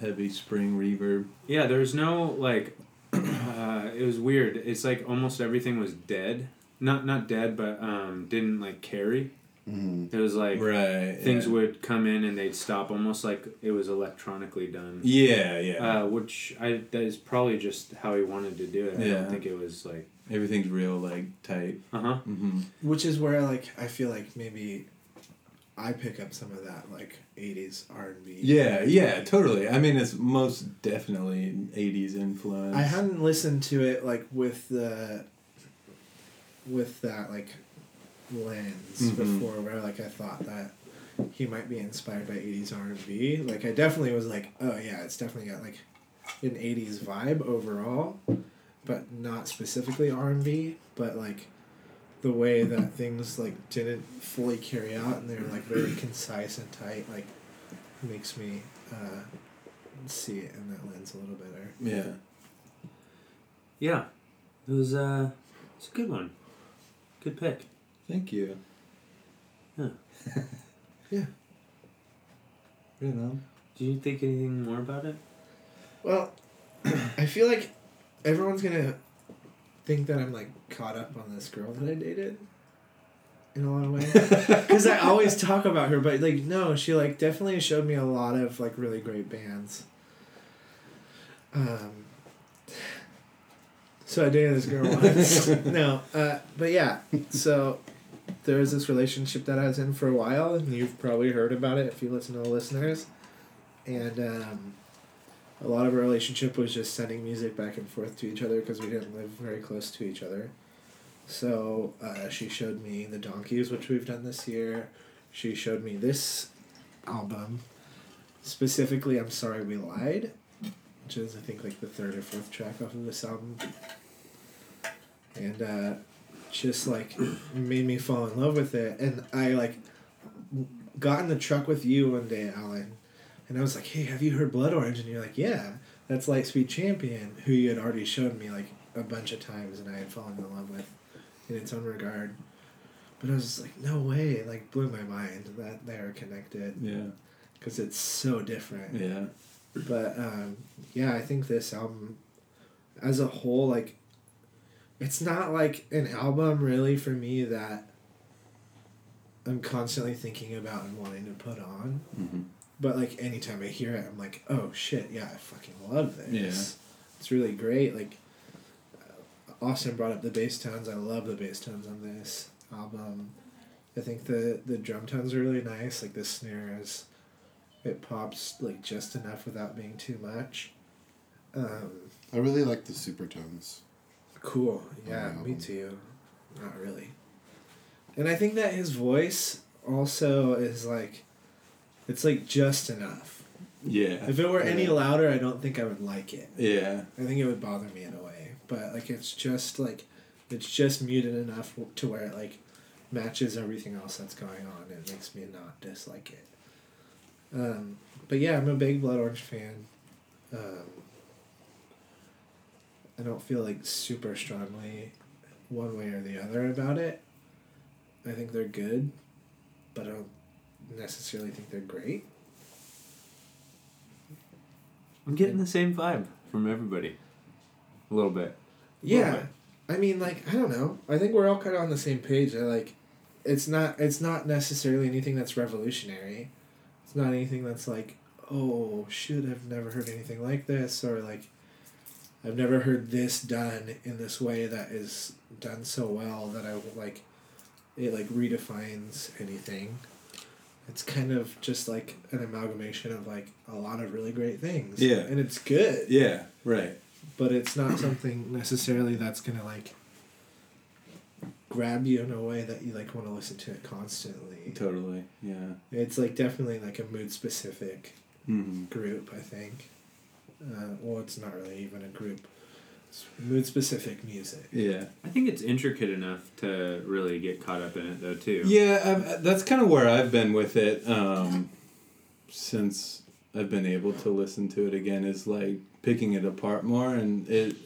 Speaker 1: heavy spring reverb.
Speaker 5: yeah there was no like uh, it was weird it's like almost everything was dead not not dead but um didn't like carry
Speaker 4: Mm.
Speaker 5: it was like
Speaker 1: right.
Speaker 5: things
Speaker 1: yeah.
Speaker 5: would come in and they'd stop almost like it was electronically done
Speaker 1: Yeah, yeah.
Speaker 5: uh, which i that is probably just how he wanted to do it i
Speaker 1: Yeah.
Speaker 5: don't think it was like
Speaker 1: Everything's real like tight.
Speaker 5: uh-huh
Speaker 1: Mm-hmm.
Speaker 2: Which is where like I feel like maybe I pick up some of that like '80s R&B.
Speaker 1: Yeah, yeah, totally. I mean, it's most definitely an 80s influence.
Speaker 2: I hadn't listened to it like with the with that like lens
Speaker 1: Mhm.
Speaker 2: before, where like I thought that he might be inspired by '80s R&B. Like I definitely was like, oh yeah, it's definitely got like an '80s vibe overall, but not specifically R&B. But like the way that things like didn't fully carry out, and they're like very concise and tight, like makes me. Uh, see it in that lens a little better.
Speaker 1: Yeah.
Speaker 5: yeah it was uh it's a good one good pick
Speaker 1: Thank you.
Speaker 5: Huh.
Speaker 2: Yeah.
Speaker 1: Right on.
Speaker 5: do you think anything more about it
Speaker 2: Well, I feel like everyone's gonna think that I'm like caught up on this girl that I dated. In a lot of ways, because I always talk about her, but like no, she like definitely showed me a lot of like really great bands. Um. So I dated this girl once. no, uh, but yeah. So there was this relationship that I was in for a while, and you've probably heard about it if you listen to the listeners. And um, a lot of our relationship was just sending music back and forth to each other because we didn't live very close to each other. So uh, she showed me the Donkeys, which we've done this year. She showed me this album, specifically "I'm Sorry We Lied," which is I think like the third or fourth track off of this album, and uh, just like made me fall in love with it. And I like got in the truck with you one day, Alan, and I was like, "Hey, have you heard Blood Orange?" And you're like, "Yeah, that's Lightspeed Champion, who you had already shown me like a bunch of times, and I had fallen in love with in its own regard." But I was just like, "No way!" It, like blew my mind that they are connected
Speaker 1: Yeah.
Speaker 2: because it's so different.
Speaker 1: Yeah.
Speaker 2: But um, yeah, I think this album, as a whole, like, it's not like an album really for me that I'm constantly thinking about and wanting to put on.
Speaker 1: Mm-hmm.
Speaker 2: But like anytime I hear it, I'm like, oh shit, yeah, I fucking love this. It's really great. Like, uh, Austin brought up the bass tones. I love the bass tones on this album. I think the the drum tones are really nice. Like the snare is, it pops like just enough without being too much. Um,
Speaker 4: I really like the supertones.
Speaker 2: cool. Yeah,
Speaker 4: the
Speaker 2: me
Speaker 4: album.
Speaker 2: too. Not really. And I think that his voice also is like, it's like just enough.
Speaker 1: Yeah.
Speaker 2: If it were any louder, I don't think I would like it.
Speaker 1: Yeah.
Speaker 2: I think it would bother me in a way. But like, it's just like, it's just muted enough w- to where it like matches everything else that's going on. and It makes me not dislike it. Um, but yeah, I'm a big Blood Orange fan. Um, I don't feel like super strongly one way or the other about it. I think they're good, but I don't necessarily think they're great.
Speaker 5: I'm getting the same vibe from everybody. A little bit.
Speaker 2: Yeah. I mean like I don't know. I think we're all kind of on the same page. I like it's not it's not necessarily anything that's revolutionary. It's not anything that's like, "Oh, shit, I've never heard anything like this" or like I've never heard this done in this way that is done so well that I like it like redefines anything. It's kind of just like an amalgamation of like a lot of really great things.
Speaker 1: Yeah.
Speaker 2: And it's good
Speaker 1: Yeah. Right.
Speaker 2: but it's not something necessarily that's gonna like grab you in a way that you like want to listen to it constantly.
Speaker 1: Totally. Yeah.
Speaker 2: It's like definitely like a mood specific
Speaker 1: Mm-hmm.
Speaker 2: group, I think. Uh, well, it's not really even a group. It's mood specific music.
Speaker 1: Yeah.
Speaker 5: I think it's intricate enough to really get caught up in it though too.
Speaker 1: Yeah, I've, that's kind of where I've been with it um, since I've been able to listen to it again. Is like picking it apart more, and it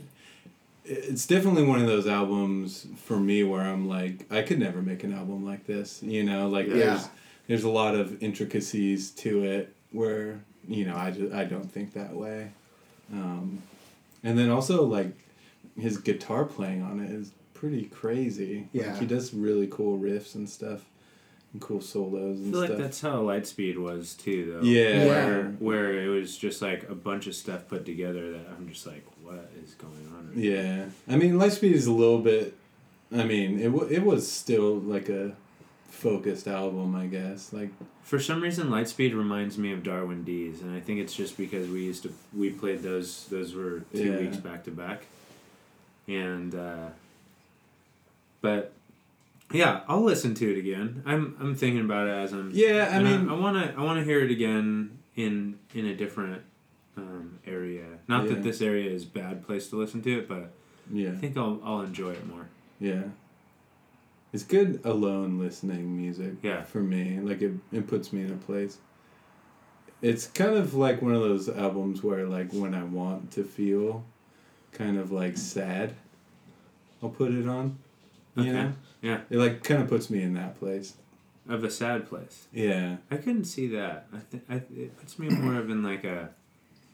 Speaker 1: it's definitely one of those albums for me where I'm like, I could never make an album like this. You know, like
Speaker 5: Yeah.
Speaker 1: there's there's a lot of intricacies to it where you know I just, I don't think that way, um, and then also like his guitar playing on it is pretty crazy.
Speaker 2: Yeah.
Speaker 1: Like he does really cool riffs and stuff and cool solos
Speaker 5: I
Speaker 1: and
Speaker 5: feel like
Speaker 1: stuff.
Speaker 5: that's how Lightspeed was too though.
Speaker 1: Yeah.
Speaker 5: Where where it was just like a bunch of stuff put together that I'm just like, what is going on? right
Speaker 1: yeah. I mean, Lightspeed is a little bit I mean, it w- it was still like a focused album, I guess. Like
Speaker 5: For some reason, Lightspeed reminds me of Darwin D's, and I think it's just because we used to we played those those were two
Speaker 1: Yeah.
Speaker 5: weeks back to back, and uh, but yeah, I'll listen to it again. I'm I'm thinking about it as I'm
Speaker 1: Yeah, I
Speaker 5: and
Speaker 1: mean-
Speaker 5: I want to I want to hear it again in in a different um, area. Not
Speaker 1: Yeah.
Speaker 5: that this area is bad place to listen to it, but
Speaker 1: yeah.
Speaker 5: I think I'll I'll enjoy it more.
Speaker 1: Yeah. It's good alone listening music.
Speaker 5: Yeah.
Speaker 1: For me, like it, it puts me in a place. It's kind of like one of those albums where, like, when I want to feel kind of like sad, I'll put it on. You
Speaker 5: Okay.
Speaker 1: know?
Speaker 5: Yeah.
Speaker 1: It like kind of puts me in that place.
Speaker 5: Of a sad place,
Speaker 1: Yeah.
Speaker 5: I couldn't see that. I think I, it puts me more of in like a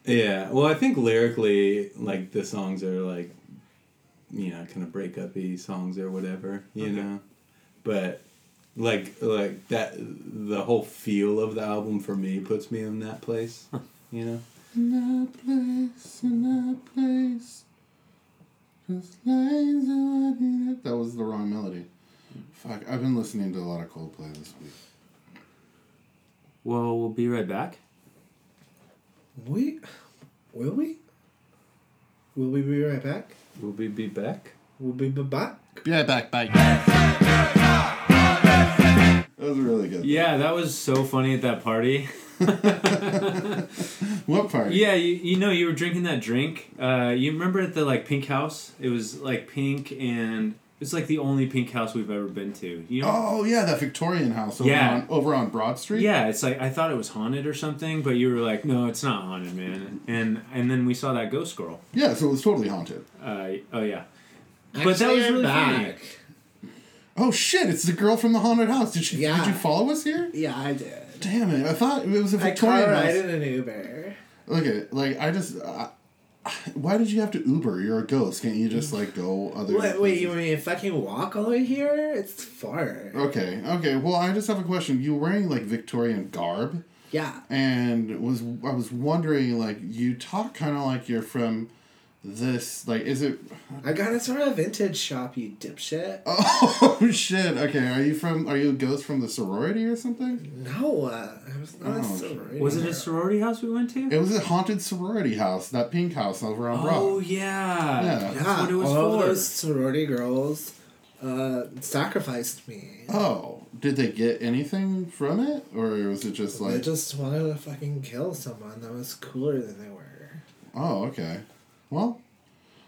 Speaker 1: Yeah. Well, I think lyrically, like, the songs are like, you know, kind of breakup y songs or whatever, you
Speaker 5: Okay.
Speaker 1: know? But like like that the whole feel of the album for me puts me in that place you know
Speaker 4: In that place, in that place. Just lines are running out- That was the wrong melody. Fuck, I've been listening to a lot of Coldplay this week.
Speaker 5: Well, we'll be right back.
Speaker 2: We, will we? Will we be right back?
Speaker 1: will we be back
Speaker 2: We'll be b- back.
Speaker 4: Be right back, bye. That was really good.
Speaker 5: Yeah, that was so funny at that party.
Speaker 4: What part?
Speaker 5: Yeah, you, you know, you were drinking that drink. Uh, you remember at the like pink house? It was like pink and it's like the only pink house we've ever been to. You know?
Speaker 4: Oh yeah, that Victorian house over
Speaker 5: Yeah.
Speaker 4: on over on Broad Street.
Speaker 5: Yeah, it's like I thought it was haunted or something, but you were like, no, it's not haunted, man.
Speaker 4: Mm-hmm.
Speaker 5: And and then we saw that ghost girl.
Speaker 4: Yeah, so it was totally haunted.
Speaker 5: Uh, oh yeah, But that was
Speaker 2: I'm
Speaker 5: really funny.
Speaker 4: Oh shit! It's the girl from the haunted house. Did she? Did
Speaker 2: Yeah.
Speaker 4: you follow us here?
Speaker 2: Yeah, I did.
Speaker 4: Damn it! I thought it was a
Speaker 2: I car
Speaker 4: Victorian house.
Speaker 2: ride in an Uber.
Speaker 4: Okay, like I just. I, why did you have to Uber? You're a ghost. Can't you just like go other?
Speaker 2: Wait, wait, you
Speaker 4: places?
Speaker 2: want me to fucking walk all the way here? It's far.
Speaker 4: Okay, okay. Well, I just have a question. You were wearing like Victorian garb,
Speaker 2: Yeah.
Speaker 4: and was I was wondering like you talk kind of like you're from this like is it?
Speaker 2: I got it from a vintage shop, you dipshit.
Speaker 4: Oh shit! Okay, are you from? Are you a ghost from the sorority or something?
Speaker 2: No, uh, I was not a
Speaker 4: Oh,
Speaker 2: sorority.
Speaker 5: was it a
Speaker 2: girl.
Speaker 5: sorority house we went to?
Speaker 4: It was a haunted sorority house, that pink house over on Broad.
Speaker 5: Oh yeah,
Speaker 4: Yeah. Oh,
Speaker 5: that's what it was
Speaker 2: all
Speaker 5: for.
Speaker 2: those sorority girls uh, sacrificed me.
Speaker 4: Oh, did they get anything from it, or was it just
Speaker 2: They
Speaker 4: like?
Speaker 2: just wanted to fucking kill someone that was cooler than they were.
Speaker 4: Oh, okay. Well,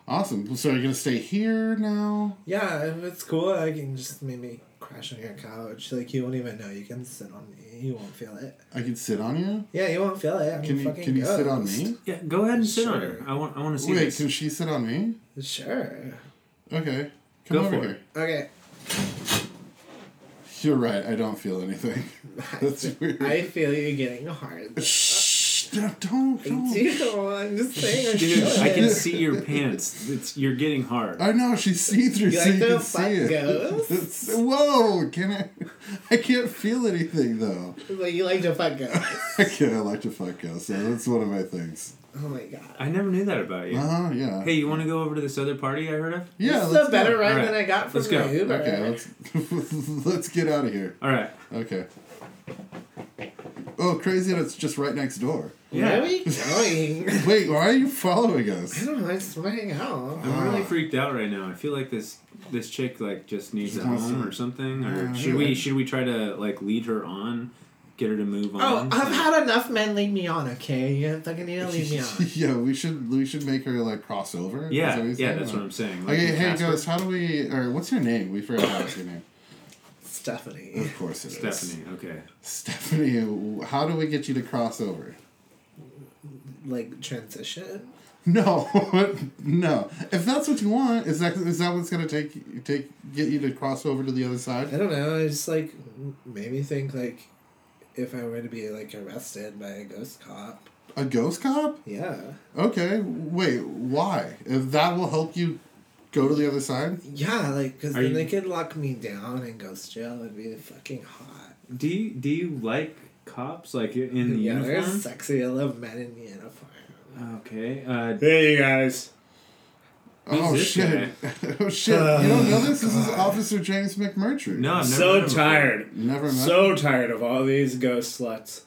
Speaker 4: awesome. So you're gonna stay here now?
Speaker 2: Yeah, and it's cool. I can just maybe crash on your couch. Like you won't even know. You can sit on me. You won't feel it.
Speaker 4: I can sit on you.
Speaker 2: Yeah, you won't feel it. I'm
Speaker 4: Can
Speaker 2: a
Speaker 4: you
Speaker 2: fucking
Speaker 4: can you sit on
Speaker 2: ghost.
Speaker 4: me?
Speaker 5: Yeah, go ahead and sit on
Speaker 2: Sure.
Speaker 5: her. I want I want to see
Speaker 4: Wait,
Speaker 5: this.
Speaker 4: can she sit on me?
Speaker 2: Sure.
Speaker 4: Okay, come
Speaker 5: Go
Speaker 4: over
Speaker 5: for it.
Speaker 4: here.
Speaker 2: Okay.
Speaker 4: You're right. I don't feel anything. That's weird.
Speaker 2: I feel you getting hard.
Speaker 4: Shh! Don't don't.
Speaker 2: I
Speaker 4: don't.
Speaker 2: do. I'm just saying. I
Speaker 5: Dude,
Speaker 2: feel
Speaker 5: I
Speaker 2: it.
Speaker 5: can see your pants. It's you're getting hard.
Speaker 4: I know she's see through,
Speaker 2: You
Speaker 4: so
Speaker 2: like
Speaker 4: you
Speaker 2: the
Speaker 4: can see it.
Speaker 2: fuck
Speaker 4: It's- Whoa! Can I? I can't feel anything though.
Speaker 2: Like you like to fuck ghosts.
Speaker 4: Okay, I like to fuck ghosts. So that's one of my things.
Speaker 2: Oh my god.
Speaker 5: I never knew that about you.
Speaker 4: Uh huh. Yeah.
Speaker 5: Hey, you want to go over to this other party I heard of?
Speaker 4: Yeah.
Speaker 2: this is
Speaker 4: let's
Speaker 2: a better
Speaker 4: go.
Speaker 2: ride
Speaker 5: Alright,
Speaker 2: than I got from
Speaker 5: let's go.
Speaker 2: the Uber.
Speaker 4: Okay, let's let's get out of here.
Speaker 5: All right.
Speaker 4: Okay. Oh, crazy! That's just right next door.
Speaker 5: Yeah.
Speaker 2: Where are we going?
Speaker 4: Wait, why are you following
Speaker 2: I
Speaker 4: us?
Speaker 2: don't know. I just want to hang out.
Speaker 5: I'm really freaked out right now. I feel like this this chick like just needs a
Speaker 4: wants
Speaker 5: home
Speaker 4: to-
Speaker 5: or something. Or
Speaker 4: Yeah.
Speaker 5: should we should we try to like lead her on, get her to move
Speaker 2: Oh,
Speaker 5: on?
Speaker 2: I've had enough men leave me on. Okay, you don't fucking need to leave me on.
Speaker 4: yeah, we should we should make her like cross over. Is
Speaker 5: yeah,
Speaker 4: that what you
Speaker 5: yeah,
Speaker 4: said? Oh.
Speaker 5: that's what I'm saying. Like,
Speaker 4: Okay, hey
Speaker 5: Casper-
Speaker 4: ghost, how do we? Or what's your name? We forgot to ask your name.
Speaker 2: Stephanie.
Speaker 4: Of course it is.
Speaker 5: Stephanie. Okay.
Speaker 4: Stephanie, how do we get you to cross over?
Speaker 2: Like transition.
Speaker 4: No, no. If that's what you want, is that is that what's gonna take take get you to cross over to the other
Speaker 2: I
Speaker 4: side?
Speaker 2: don't know. It's just like made me think like if I were to be like arrested by a ghost cop.
Speaker 4: A ghost cop?
Speaker 2: Yeah.
Speaker 4: Okay, wait, why? If that will help you go to the other side?
Speaker 2: Yeah, like because
Speaker 5: Are
Speaker 2: then
Speaker 5: you-
Speaker 2: they could lock me down and ghost jail would be fucking hot.
Speaker 5: Do you do you like cops like in the
Speaker 2: yeah, they're
Speaker 5: uniform?
Speaker 2: sexy. I love men in uniform.
Speaker 5: Okay. Uh,
Speaker 2: Hey, you guys.
Speaker 5: Who's
Speaker 4: oh,
Speaker 5: this
Speaker 4: shit. oh shit. You don't know this? This is
Speaker 2: Uh,
Speaker 4: Officer James McMurtry.
Speaker 5: no, I've never met her
Speaker 2: so
Speaker 5: before.
Speaker 2: tired.
Speaker 4: Never met.
Speaker 2: So tired of all these ghost sluts.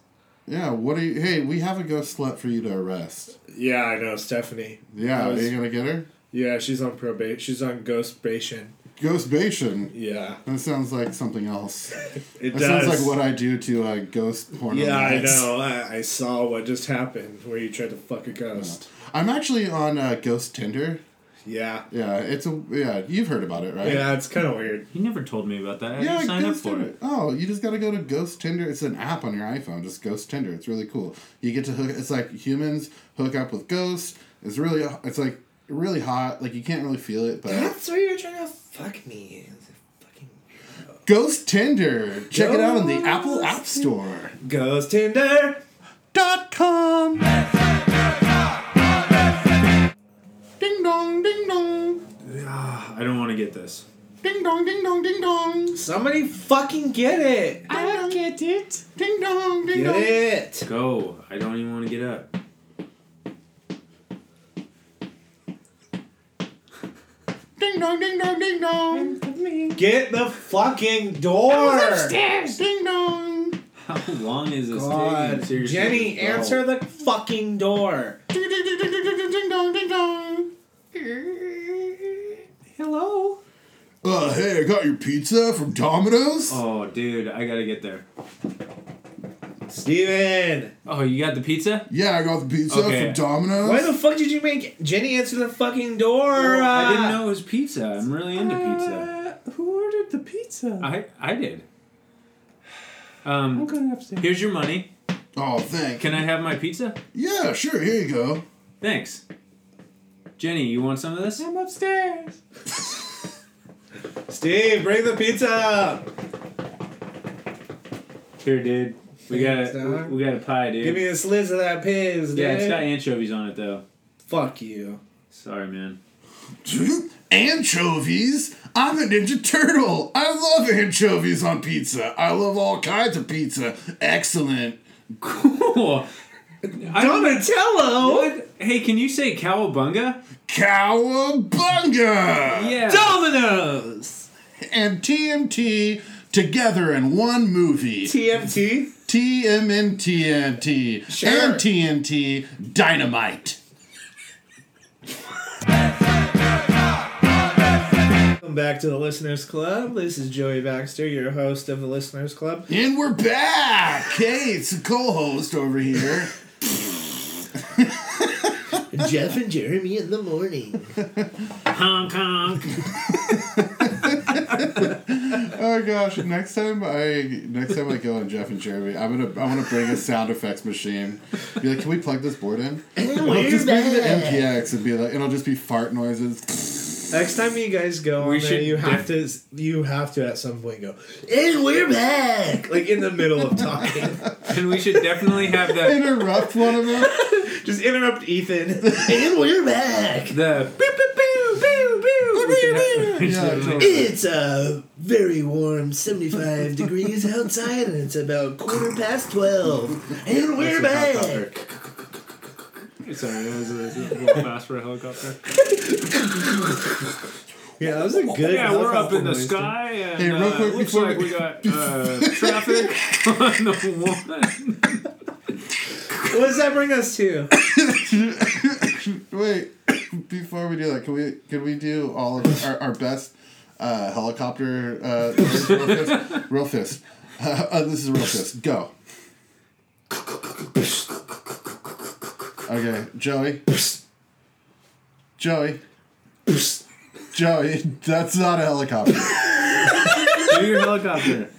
Speaker 4: yeah, what are you hey, we have a ghost slut for you to arrest.
Speaker 2: Yeah, I know, Stephanie.
Speaker 4: Yeah,
Speaker 2: I was-
Speaker 4: are you gonna get her?
Speaker 2: Yeah, she's on probation. She's on ghost probation.
Speaker 4: Ghost Bation.
Speaker 2: Yeah,
Speaker 4: That sounds like something else.
Speaker 2: it
Speaker 4: That
Speaker 2: does.
Speaker 4: sounds like what I do to uh, ghost porn.
Speaker 2: yeah,
Speaker 4: on the
Speaker 2: I
Speaker 4: net.
Speaker 2: know. I, I saw what just happened where you tried to fuck a ghost.
Speaker 4: I'm actually on uh, Ghost Tinder.
Speaker 2: Yeah.
Speaker 4: Yeah, it's a yeah. You've heard about it, right?
Speaker 2: Yeah, it's kind of weird.
Speaker 5: You never told me about that. I
Speaker 4: Yeah,
Speaker 5: didn't sign up
Speaker 4: Ghost
Speaker 5: for
Speaker 4: Tinder.
Speaker 5: it.
Speaker 4: Oh, you just gotta go to Ghost Tinder. It's an app on your iPhone. Just Ghost Tinder. It's really cool. You get to hook. It's like humans hook up with ghosts. It's really. It's like really hot. Like you can't really feel it, but
Speaker 2: That's where you're trying to fuck me. Fucking
Speaker 4: Ghost Tinder. Check it out on the
Speaker 2: Ghost
Speaker 4: Apple App Store.
Speaker 2: Ghost Tinder.
Speaker 4: Dot com. Ding dong, ding dong,
Speaker 5: Ah, I don't want to get this.
Speaker 4: ding dong, ding dong, ding dong.
Speaker 2: Somebody fucking get it.
Speaker 4: I don't get it. Ding dong, ding
Speaker 2: Get
Speaker 4: dong.
Speaker 2: it.
Speaker 5: Go. I don't even want to get up.
Speaker 4: Ding dong, ding dong, ding dong.
Speaker 2: Get the fucking door.
Speaker 4: Ding dong.
Speaker 5: How long is this
Speaker 2: God.
Speaker 5: taking? Seriously.
Speaker 2: Jenny,
Speaker 5: Oh.
Speaker 2: answer the fucking door.
Speaker 4: Ding ding ding ding ding ding, ding ding dong, ding dong.
Speaker 2: Hello.
Speaker 4: Uh, hey, I got your pizza from Domino's.
Speaker 5: Oh, dude, I gotta get there.
Speaker 2: Steven!
Speaker 5: Oh, you got the pizza?
Speaker 4: Yeah, I got the pizza
Speaker 5: Okay.
Speaker 4: from Domino's.
Speaker 2: Why the fuck did you make Jenny answer the fucking door?
Speaker 5: I
Speaker 2: uh?
Speaker 5: didn't know it was pizza. I'm really into pizza.
Speaker 1: who ordered the pizza?
Speaker 5: I I did. Um,
Speaker 1: going upstairs.
Speaker 5: here's your money.
Speaker 4: oh, thank.
Speaker 5: Can I have my pizza?
Speaker 4: yeah, sure. Here you go.
Speaker 5: Thanks. Jenny, you want some of this?
Speaker 1: I'm upstairs.
Speaker 2: Steve, bring the pizza up!
Speaker 5: Here, dude. We got
Speaker 2: Thanks,
Speaker 5: a
Speaker 2: dog.
Speaker 5: we got a pie, dude.
Speaker 2: Give me a slice of that piz, dude.
Speaker 5: yeah, it's got anchovies on it though.
Speaker 2: Fuck you.
Speaker 5: Sorry, man.
Speaker 4: Anchovies? I'm a Ninja Turtle. I love anchovies on pizza. I love all kinds of pizza. Excellent.
Speaker 5: Cool. I
Speaker 2: Donatello!
Speaker 5: What? Hey, can you say cowabunga?
Speaker 4: Cowabunga!
Speaker 5: Yeah.
Speaker 2: Dominoes!
Speaker 4: And TMT together in one movie.
Speaker 2: TMT?
Speaker 4: TMNTNT
Speaker 2: Sure.
Speaker 4: and TNT Dynamite.
Speaker 2: Welcome back to the Listeners Club. This is Joey Baxter, your host of the Listeners Club.
Speaker 4: And we're back. Hey, it's the co-host over here.
Speaker 2: Jeff and Jeremy in the morning.
Speaker 5: Hong Kong.
Speaker 4: Oh gosh! Next time I next time I go on Jeff and Jeremy, I'm gonna I'm gonna bring a sound effects machine. Be like, can we plug this board in? And I'll just bring the MPX and be like, and it'll just be fart noises.
Speaker 2: Next time you guys go on
Speaker 5: We
Speaker 2: there,
Speaker 5: should
Speaker 2: you have
Speaker 5: def-
Speaker 2: to you have to at some point go, and we're back! Like in the middle of talking.
Speaker 5: And we should definitely have the
Speaker 4: Interrupt one of them.
Speaker 2: Just interrupt Ethan. and we're back!
Speaker 5: the. beep, beep, beep, beep, beep. We should have- we should
Speaker 4: Yeah,
Speaker 5: have-
Speaker 4: totally.
Speaker 2: It's a very warm 75 degrees outside, and it's about quarter past 12. And we're back.
Speaker 5: Sorry, that was a, a little fast for a helicopter.
Speaker 2: Yeah, that was a good
Speaker 5: Yeah, we're up in the
Speaker 2: helicopter
Speaker 5: sky, and
Speaker 4: Hey, real
Speaker 5: uh,
Speaker 4: quick
Speaker 5: looks
Speaker 4: before
Speaker 5: like
Speaker 4: we-
Speaker 5: we got uh, traffic on the one.
Speaker 2: noise. What does that bring us to?
Speaker 4: Wait, before we do that, can we can we do all of our, our best uh, helicopter uh, real fist? Real fist. Uh, uh, this is real fist. Go. Okay, Joey. Joey. Joey, that's not a helicopter.
Speaker 5: Do your helicopter.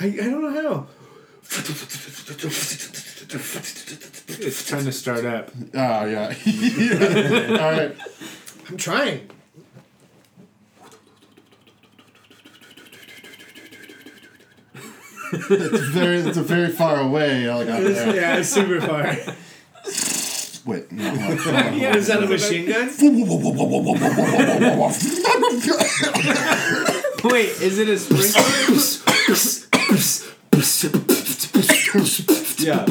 Speaker 2: I, I don't know how.
Speaker 5: It's trying to start up.
Speaker 4: Oh yeah. yeah. All right.
Speaker 2: I'm trying.
Speaker 4: It's very it's a very far away helicopter.
Speaker 2: Yeah, it's super far.
Speaker 4: Wait, no, no, no, no.
Speaker 2: Is that a machine gun?
Speaker 5: Wait, is it a sprinkler?
Speaker 1: Yeah.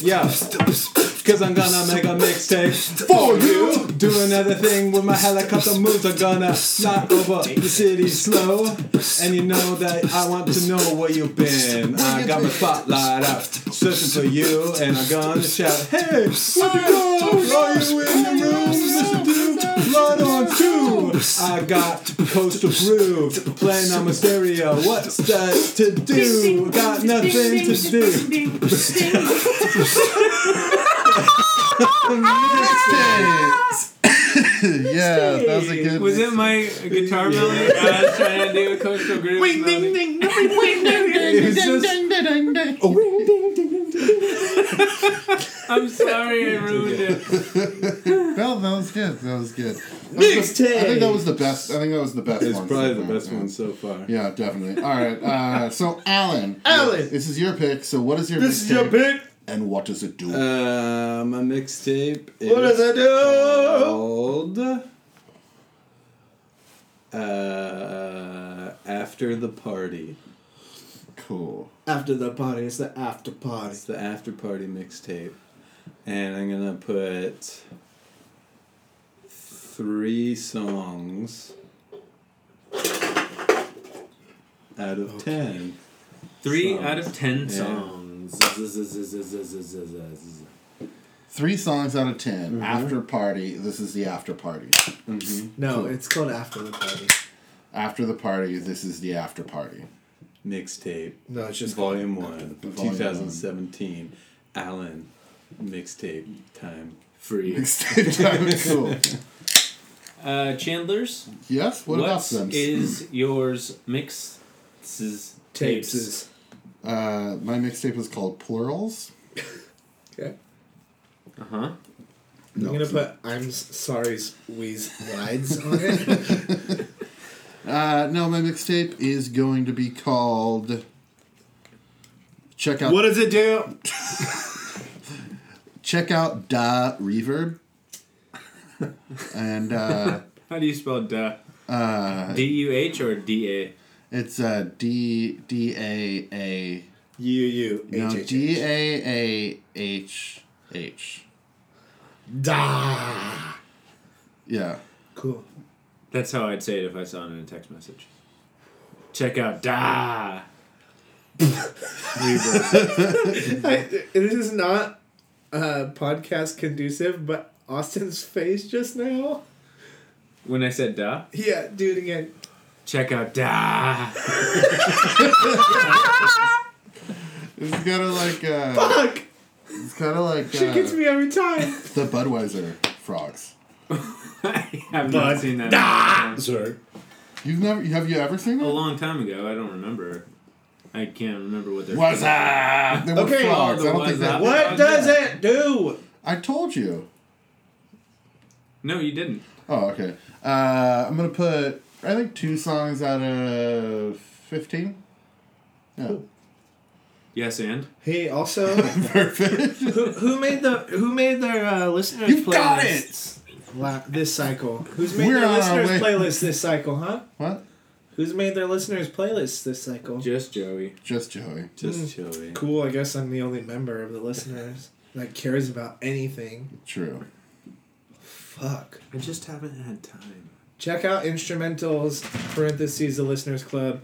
Speaker 1: Yeah. Cause I'm gonna make a mixtape for you. Do another thing with my helicopter moves. I'm gonna fly over the city slow. And you know that I want to know where you've been. I got my spotlight out, searching for you. And I'm gonna shout, hey, where you go? Are you in the room? Mr. Duke, blood on two. I got Coastal Brew playing on my stereo. What's that to do? Got nothing to do.
Speaker 4: yeah, that was a good.
Speaker 5: Was it my guitar melody? I was trying to do a coastal groove. Wait, ding, ding.
Speaker 1: It's just- Oh, ring, ding, ding, ding, ding, ding.
Speaker 5: I'm sorry, I ruined it.
Speaker 4: No, that was good. That was good. That was the- I think that
Speaker 2: Mixtape.
Speaker 4: was the best. I think that was the best.
Speaker 1: It's
Speaker 4: one
Speaker 1: probably
Speaker 4: so
Speaker 1: the
Speaker 4: far,
Speaker 1: best
Speaker 4: yeah.
Speaker 1: one so far.
Speaker 4: Yeah, definitely. All right. Uh, so Alan,
Speaker 2: Alan.
Speaker 4: this is your pick. So what is your
Speaker 2: This is
Speaker 4: mixtape
Speaker 2: your pick.
Speaker 4: and what does it do?
Speaker 1: Uh, my mixtape is
Speaker 2: What does it do?
Speaker 1: called uh, After the Party.
Speaker 4: cool.
Speaker 2: After the party, it's the after party.
Speaker 1: It's the After Party mixtape. And I'm going to put three songs out of ten.
Speaker 5: Three
Speaker 1: Songs.
Speaker 5: out of ten
Speaker 1: Yeah.
Speaker 5: songs.
Speaker 4: Three songs out of 10
Speaker 1: Mm-hmm.
Speaker 4: After party. This is the after party.
Speaker 2: No, it's called after the party.
Speaker 4: after the party, this is the after party.
Speaker 1: Mixtape.
Speaker 2: No, it's just
Speaker 1: Volume 1,
Speaker 4: Volume
Speaker 1: 2017. Alan. Mixtape time. Free.
Speaker 4: Mixtape time. Cool.
Speaker 5: Uh, Chandler's.
Speaker 4: Yes. What about them?
Speaker 5: is yours mixes
Speaker 2: tapes. Is,
Speaker 4: uh, my mixtape is called Plurals.
Speaker 2: okay.
Speaker 5: Uh huh.
Speaker 2: I'm
Speaker 4: No,
Speaker 2: gonna
Speaker 4: it's not.
Speaker 2: put I'm sorry's wheeze wides on it.
Speaker 4: Uh, no, my mixtape is going to be called. Check out.
Speaker 2: does it do?
Speaker 4: Check out Da Reverb. and uh,
Speaker 5: How do you spell duh?
Speaker 4: uh,
Speaker 5: D U H or D A?
Speaker 4: it's uh, D D A A.
Speaker 2: U U
Speaker 4: No,
Speaker 2: H H
Speaker 4: D
Speaker 2: H.
Speaker 4: A A H H.
Speaker 2: Da.
Speaker 4: Yeah.
Speaker 2: Cool.
Speaker 5: That's how I'd say it if I saw it in a text message. Check out da. Reverb.
Speaker 2: I, this is not uh, podcast conducive, but Austin's face just now.
Speaker 5: when I said da,
Speaker 2: Yeah, do it again.
Speaker 5: check out da.
Speaker 4: It's kind of like uh,
Speaker 2: Fuck!
Speaker 4: it's kind of like
Speaker 2: She gets
Speaker 4: uh,
Speaker 2: me every time.
Speaker 4: the Budweiser frogs.
Speaker 5: I have
Speaker 2: Bud.
Speaker 5: not seen that. in a long time.
Speaker 2: Sorry.
Speaker 4: You've never have you ever seen it?
Speaker 5: A long time ago, I don't remember. I can't remember what they're.
Speaker 4: What's up? They were
Speaker 2: Okay.
Speaker 4: frogs. I
Speaker 5: Oh,
Speaker 4: don't think
Speaker 5: the what's
Speaker 4: that.
Speaker 5: up?
Speaker 2: What does it do?
Speaker 4: I told you.
Speaker 5: No, you didn't.
Speaker 4: Oh, okay. Uh, I'm gonna put I think two songs out of fifteen. Yeah.
Speaker 5: Yes, and
Speaker 2: Hey, also, who, who made the who made their uh, listeners
Speaker 4: You've got
Speaker 2: playlists la- this cycle? Who's made
Speaker 4: We're
Speaker 2: their
Speaker 4: on our
Speaker 2: listeners
Speaker 4: way.
Speaker 2: playlists this cycle, huh?
Speaker 4: What?
Speaker 2: Who's made their listeners playlists this cycle?
Speaker 5: just Joey.
Speaker 4: Just Joey.
Speaker 1: Just Joey.
Speaker 2: Cool. I guess I'm the only member of the listeners that cares about anything.
Speaker 4: True.
Speaker 2: Fuck.
Speaker 5: I just haven't had time.
Speaker 2: Check out instrumentals parentheses the listeners club,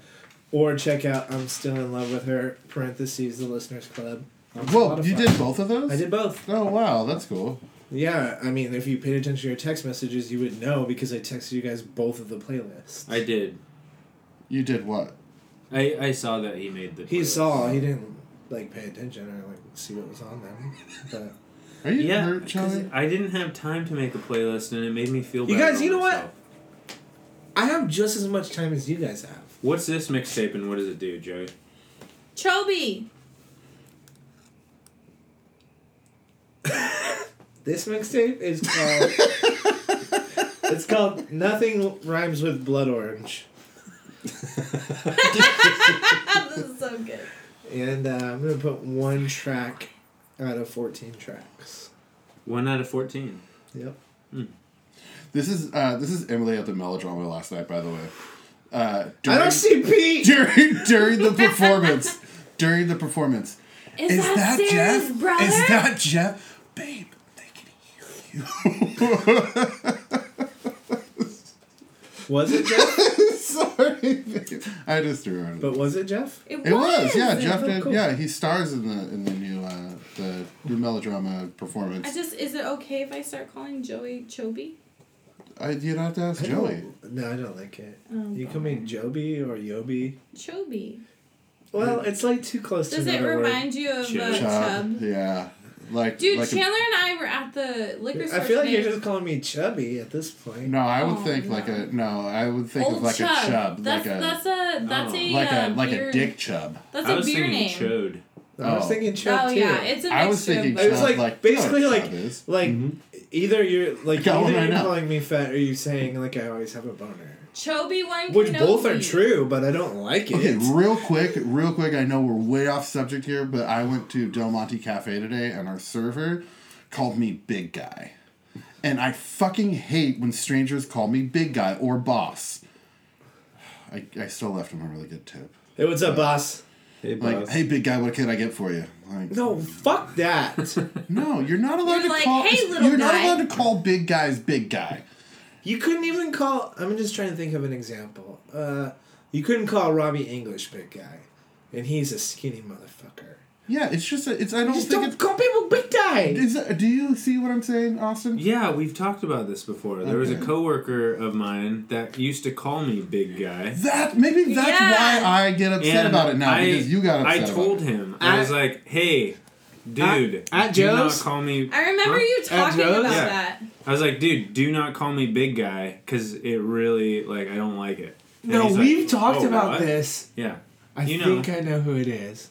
Speaker 2: or check out I'm still in love with her parentheses the listeners club. on
Speaker 4: Well, you
Speaker 2: Spotify.
Speaker 4: did both of those.
Speaker 2: I did both.
Speaker 4: Oh wow, that's cool.
Speaker 2: Yeah, I mean, if you paid attention to your text messages, you would know because I texted you guys both of the playlists.
Speaker 5: I did.
Speaker 4: You did what?
Speaker 5: I, I saw that he made the.
Speaker 2: he
Speaker 5: playlist.
Speaker 2: saw he didn't like pay attention or like see what was on them, but
Speaker 4: Are you
Speaker 5: Yeah,
Speaker 4: hurt,
Speaker 5: 'cause
Speaker 4: Joey?
Speaker 5: I didn't have time to make a playlist, and it made me feel.
Speaker 2: You
Speaker 5: bad
Speaker 2: guys,
Speaker 5: about
Speaker 2: you know what?
Speaker 5: myself.
Speaker 2: I have just as much time as you guys have.
Speaker 5: What's this mixtape, and what does it do, Joey?
Speaker 6: Chobi.
Speaker 2: This mixtape is called. it's called Nothing Rhymes with Blood Orange,
Speaker 6: this is so good.
Speaker 2: and uh, I'm gonna put one track out of fourteen tracks.
Speaker 5: One out of fourteen.
Speaker 2: Yep.
Speaker 4: This is uh, this is Emily at the melodrama last night. By the way, uh,
Speaker 2: I
Speaker 4: during-
Speaker 2: don't see Pete.
Speaker 4: during during the performance. During the performance.
Speaker 6: Is, that, Sarah's brother?
Speaker 4: Is that Jeff? Babe, they can
Speaker 2: Was it Jeff?
Speaker 4: Sorry, babe. I just threw it.
Speaker 2: but was it Jeff?
Speaker 6: it,
Speaker 4: It was, yeah. Jeff
Speaker 2: Oh,
Speaker 4: did,
Speaker 2: cool.
Speaker 4: yeah. He stars in the in the new uh, the new melodrama performance.
Speaker 6: I just is it okay if I start calling Joey Chobi?
Speaker 4: I, you don't have to ask
Speaker 2: I
Speaker 4: Joey.
Speaker 2: don't- No, I don't like it.
Speaker 6: Um,
Speaker 2: You can mean Joby or Yobi.
Speaker 6: Chobi.
Speaker 2: Well, it's like too close
Speaker 6: Does
Speaker 2: to
Speaker 6: it
Speaker 2: another word.
Speaker 6: remind you of
Speaker 5: Chub.
Speaker 6: uh,
Speaker 4: Chub,
Speaker 6: Chub?
Speaker 4: yeah. Like
Speaker 6: Dude,
Speaker 4: like a-
Speaker 6: Chandler and I were at the liquor store.
Speaker 2: I feel like
Speaker 6: today.
Speaker 2: you're just calling me chubby at this point.
Speaker 4: no, I would
Speaker 6: Oh,
Speaker 4: think like
Speaker 6: no.
Speaker 4: a no. I would think
Speaker 6: Old
Speaker 4: of like
Speaker 6: Chub.
Speaker 4: a chub,
Speaker 6: That's
Speaker 4: like a
Speaker 6: that's a that's
Speaker 5: Oh.
Speaker 6: a
Speaker 4: like
Speaker 6: uh,
Speaker 4: a like
Speaker 6: beer,
Speaker 4: a dick chub.
Speaker 6: That's
Speaker 5: I
Speaker 6: a
Speaker 5: was
Speaker 6: beer
Speaker 5: thinking
Speaker 6: name.
Speaker 5: chode.
Speaker 2: I was
Speaker 4: Oh.
Speaker 2: thinking chub
Speaker 6: Oh
Speaker 2: too.
Speaker 6: yeah, it's a mixture
Speaker 4: I was thinking
Speaker 6: of
Speaker 2: It
Speaker 6: both.
Speaker 2: was
Speaker 4: chub,
Speaker 2: like,
Speaker 4: like
Speaker 2: basically
Speaker 4: you know what
Speaker 2: like
Speaker 4: chub is. Mm-hmm.
Speaker 2: like either you're like
Speaker 4: got
Speaker 2: either
Speaker 4: one
Speaker 2: you're
Speaker 4: right now.
Speaker 2: calling me fat or you saying like I always have a boner,
Speaker 6: Chobi one.
Speaker 2: which
Speaker 6: Kenobi.
Speaker 2: both are true, but I don't like it.
Speaker 4: Okay, real quick, real quick. I know we're way off subject here, but I went to Del Monte Cafe today, and our server called me big guy, and I fucking hate when strangers call me big guy or boss. I, I still left him a really good tip.
Speaker 2: It was a boss.
Speaker 1: Hey,
Speaker 4: Like,
Speaker 1: boss.
Speaker 4: hey, big guy, what can I get for you? Like,
Speaker 2: No, fuck that.
Speaker 4: no, you're not allowed
Speaker 6: You're
Speaker 4: to
Speaker 6: like,
Speaker 4: call.
Speaker 6: "Hey, little
Speaker 4: you're not
Speaker 6: guy."
Speaker 4: allowed to call big guys big guy.
Speaker 2: you couldn't even call. I'm just trying to think of an example. Uh, you couldn't call Robbie English big guy, and he's a skinny motherfucker.
Speaker 4: Yeah, it's just a, it's. I don't
Speaker 2: Just
Speaker 4: think
Speaker 2: don't call people big guy.
Speaker 4: it's. Is that, do you see what I'm saying, Austin?
Speaker 5: Yeah, we've talked about this before. There was a
Speaker 4: Okay.
Speaker 5: coworker of mine that used to call me big guy.
Speaker 4: That maybe that's
Speaker 6: Yeah.
Speaker 4: why I get upset
Speaker 5: And
Speaker 4: about it now
Speaker 5: I-
Speaker 4: because you got upset.
Speaker 5: I told him. I,
Speaker 2: At-
Speaker 5: was like, "Hey, dude,
Speaker 2: at
Speaker 5: do not
Speaker 2: Joe's?
Speaker 5: call me."
Speaker 6: I remember
Speaker 5: Huh?
Speaker 6: you talking
Speaker 2: Joe's?
Speaker 6: about
Speaker 5: Yeah.
Speaker 6: that.
Speaker 5: I was like, "Dude, do not call me big guy because it really like I don't like it." And
Speaker 2: No,
Speaker 5: he's like,
Speaker 2: we've talked
Speaker 5: "Oh,
Speaker 2: about
Speaker 5: what?"
Speaker 2: this.
Speaker 5: Yeah,
Speaker 2: I
Speaker 5: You know.
Speaker 2: think I know who it is.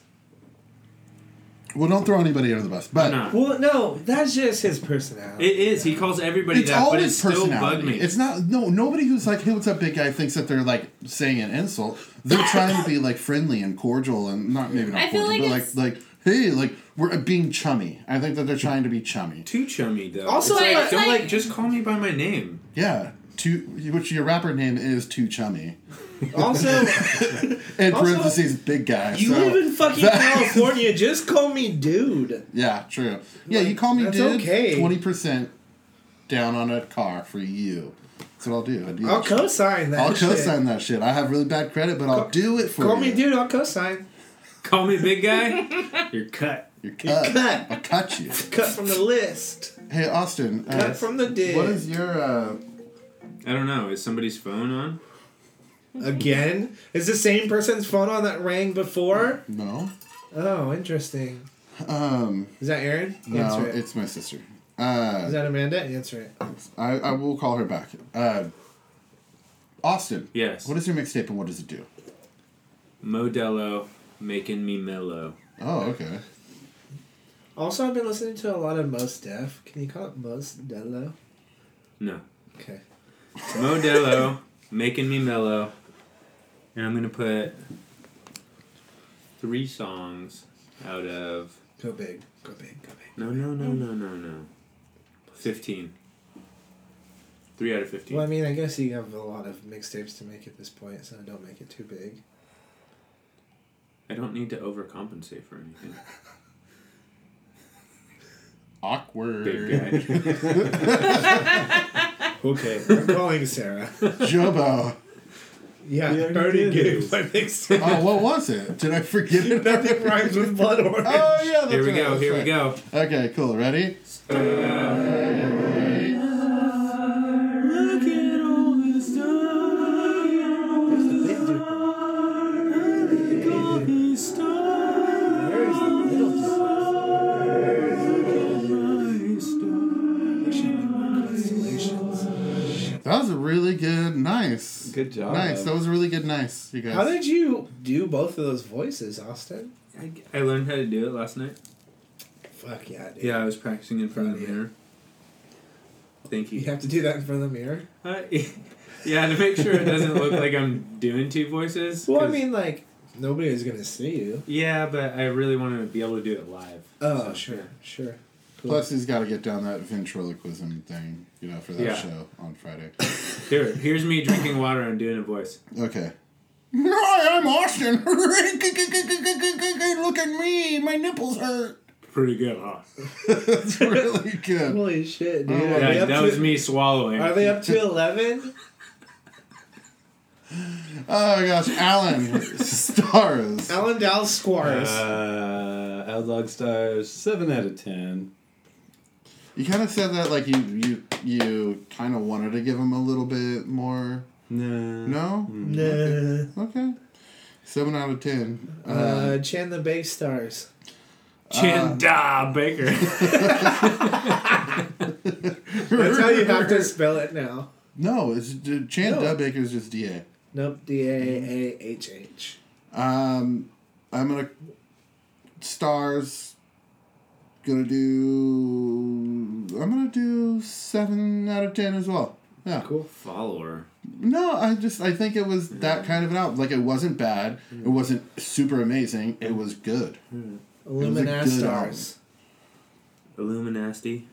Speaker 4: About it. Well, don't throw anybody under the bus, but
Speaker 5: no,
Speaker 2: Well, no, that's just his personality.
Speaker 5: it is. He calls everybody
Speaker 4: it's
Speaker 5: that,
Speaker 4: all
Speaker 5: but it
Speaker 4: his
Speaker 5: still bugged
Speaker 4: personality.
Speaker 5: me.
Speaker 4: It's not no nobody who's like, hey, what's up, big guy? Thinks that they're like saying an insult. They're trying to be like friendly and cordial and not maybe not
Speaker 6: I feel
Speaker 4: cordial,
Speaker 6: like
Speaker 4: but
Speaker 6: it's-
Speaker 4: like like hey, like we're being chummy. I think that they're trying to be chummy.
Speaker 5: too chummy though.
Speaker 2: Also,
Speaker 5: It's like,
Speaker 2: like-
Speaker 5: don't
Speaker 6: like-
Speaker 5: like just call me by my name.
Speaker 4: Yeah, too. Which your rapper name is too chummy.
Speaker 2: Also,
Speaker 4: In
Speaker 2: Also,
Speaker 4: parentheses, big guy.
Speaker 2: you
Speaker 4: so
Speaker 2: live in fucking
Speaker 4: that-
Speaker 2: California. Just call me dude.
Speaker 4: Yeah, true. Yeah, you call me
Speaker 2: that's
Speaker 4: dude.
Speaker 2: okay.
Speaker 4: Twenty percent down on a car for you. That's what I'll do. I do
Speaker 2: I'll
Speaker 4: that shit.
Speaker 2: co-sign that.
Speaker 4: I'll
Speaker 2: shit.
Speaker 4: co-sign that shit. I have really bad credit, but I'll
Speaker 2: Ca-
Speaker 4: do it for
Speaker 2: Call me
Speaker 4: you.
Speaker 2: dude. I'll co-sign.
Speaker 5: Call me big guy. You're cut.
Speaker 4: You're cut.
Speaker 2: cut.
Speaker 4: I'll cut you.
Speaker 2: Cut from the list.
Speaker 4: Hey, Austin. uh,
Speaker 2: Cut from the dick.
Speaker 4: what is your? Uh,
Speaker 5: I don't know. Is somebody's phone on?
Speaker 2: Again? Is the same person's phone on that rang before?
Speaker 4: no.
Speaker 2: Oh, interesting.
Speaker 4: Um.
Speaker 2: Is that Aaron?
Speaker 4: No,
Speaker 2: Answer it.
Speaker 4: it's my sister. Uh,
Speaker 2: Is that Amanda? Answer it.
Speaker 4: I, I will call her back. Uh, Austin.
Speaker 5: Yes.
Speaker 4: What is your mixtape and what does it do?
Speaker 5: Modelo making me mellow.
Speaker 4: Oh, okay.
Speaker 2: Also, I've been listening to a lot of Mos Def. Can you call it Mos Dello?
Speaker 5: No.
Speaker 2: Okay.
Speaker 5: Modelo making me mellow. And I'm gonna put three songs out of
Speaker 2: Go big. Go big. Go big.
Speaker 5: no no no no no no. Fifteen. Three out of fifteen.
Speaker 2: Well, I mean, I guess you have a lot of mixtapes to make at this point, so don't make it too big.
Speaker 5: I don't need to overcompensate for anything.
Speaker 4: Awkward.
Speaker 5: Big guy.
Speaker 2: Okay. I'm calling Sarah.
Speaker 4: Jobo.
Speaker 2: Yeah,
Speaker 1: Yeah, you
Speaker 2: Ernie
Speaker 1: did.
Speaker 2: gave my mixtape.
Speaker 4: Oh, what was it? Did I forget it?
Speaker 2: Nothing rhymes with blood orange.
Speaker 4: Oh yeah. That's
Speaker 5: Here we
Speaker 4: right,
Speaker 5: go,
Speaker 4: that's
Speaker 5: here we
Speaker 4: right.
Speaker 5: go.
Speaker 4: Okay, cool. Ready? That was a really good, nice.
Speaker 1: Good job.
Speaker 4: Nice. That was a really good, nice. You guys.
Speaker 2: How did you do both of those voices, Austin?
Speaker 5: I, I learned how to do it last night.
Speaker 2: Fuck yeah, dude.
Speaker 5: Yeah, I was practicing in front of the mirror. Thank
Speaker 2: You have to do that in front of the mirror?
Speaker 5: Uh, yeah, to make sure it doesn't look like I'm doing two voices.
Speaker 2: Well, I
Speaker 5: 'cause-
Speaker 2: mean, like, nobody is going to see you.
Speaker 5: Yeah, but I really want to be able to do it live.
Speaker 2: Oh,
Speaker 5: So,
Speaker 2: sure, sure.
Speaker 4: Plus, he's got to get down that ventriloquism thing, you know, for that
Speaker 5: Yeah.
Speaker 4: show on Friday.
Speaker 5: Here, here's me drinking water and doing a voice.
Speaker 4: Okay. Hi, I'm Austin. Look at me. My nipples hurt.
Speaker 5: Pretty good, huh?
Speaker 4: That's really good.
Speaker 2: Holy shit, dude.
Speaker 4: Oh,
Speaker 2: Are,
Speaker 4: yeah,
Speaker 2: they
Speaker 5: Yeah,
Speaker 2: up
Speaker 5: that
Speaker 2: to,
Speaker 5: was me swallowing.
Speaker 2: are they up to 11?
Speaker 4: Oh my gosh, Alan stars.
Speaker 2: Alan Dal Squires.
Speaker 1: Uh, Outlog Stars, 7 out of 10.
Speaker 4: You kind of said that like you you you kind of wanted to give him a little bit more.
Speaker 1: No.
Speaker 4: No.
Speaker 2: Nah.
Speaker 4: Okay. Seven out of ten. Uh,
Speaker 2: Uh, Chan the Bay Stars.
Speaker 5: Chanda Baker.
Speaker 2: That's how you have to spell it now.
Speaker 4: No, it's d- Chan
Speaker 2: No.
Speaker 4: Dubbaker is just DA.
Speaker 2: Nope, D A A H H.
Speaker 4: Um, I'm gonna stars. Gonna do. I'm gonna do seven out of ten as well. Yeah.
Speaker 2: Cool.
Speaker 5: Follower.
Speaker 4: No, I just I think it was that kind of an album. Like it wasn't bad. It wasn't super amazing. It was good.
Speaker 2: Illumina
Speaker 4: good
Speaker 2: Stars.
Speaker 5: Illuminasty.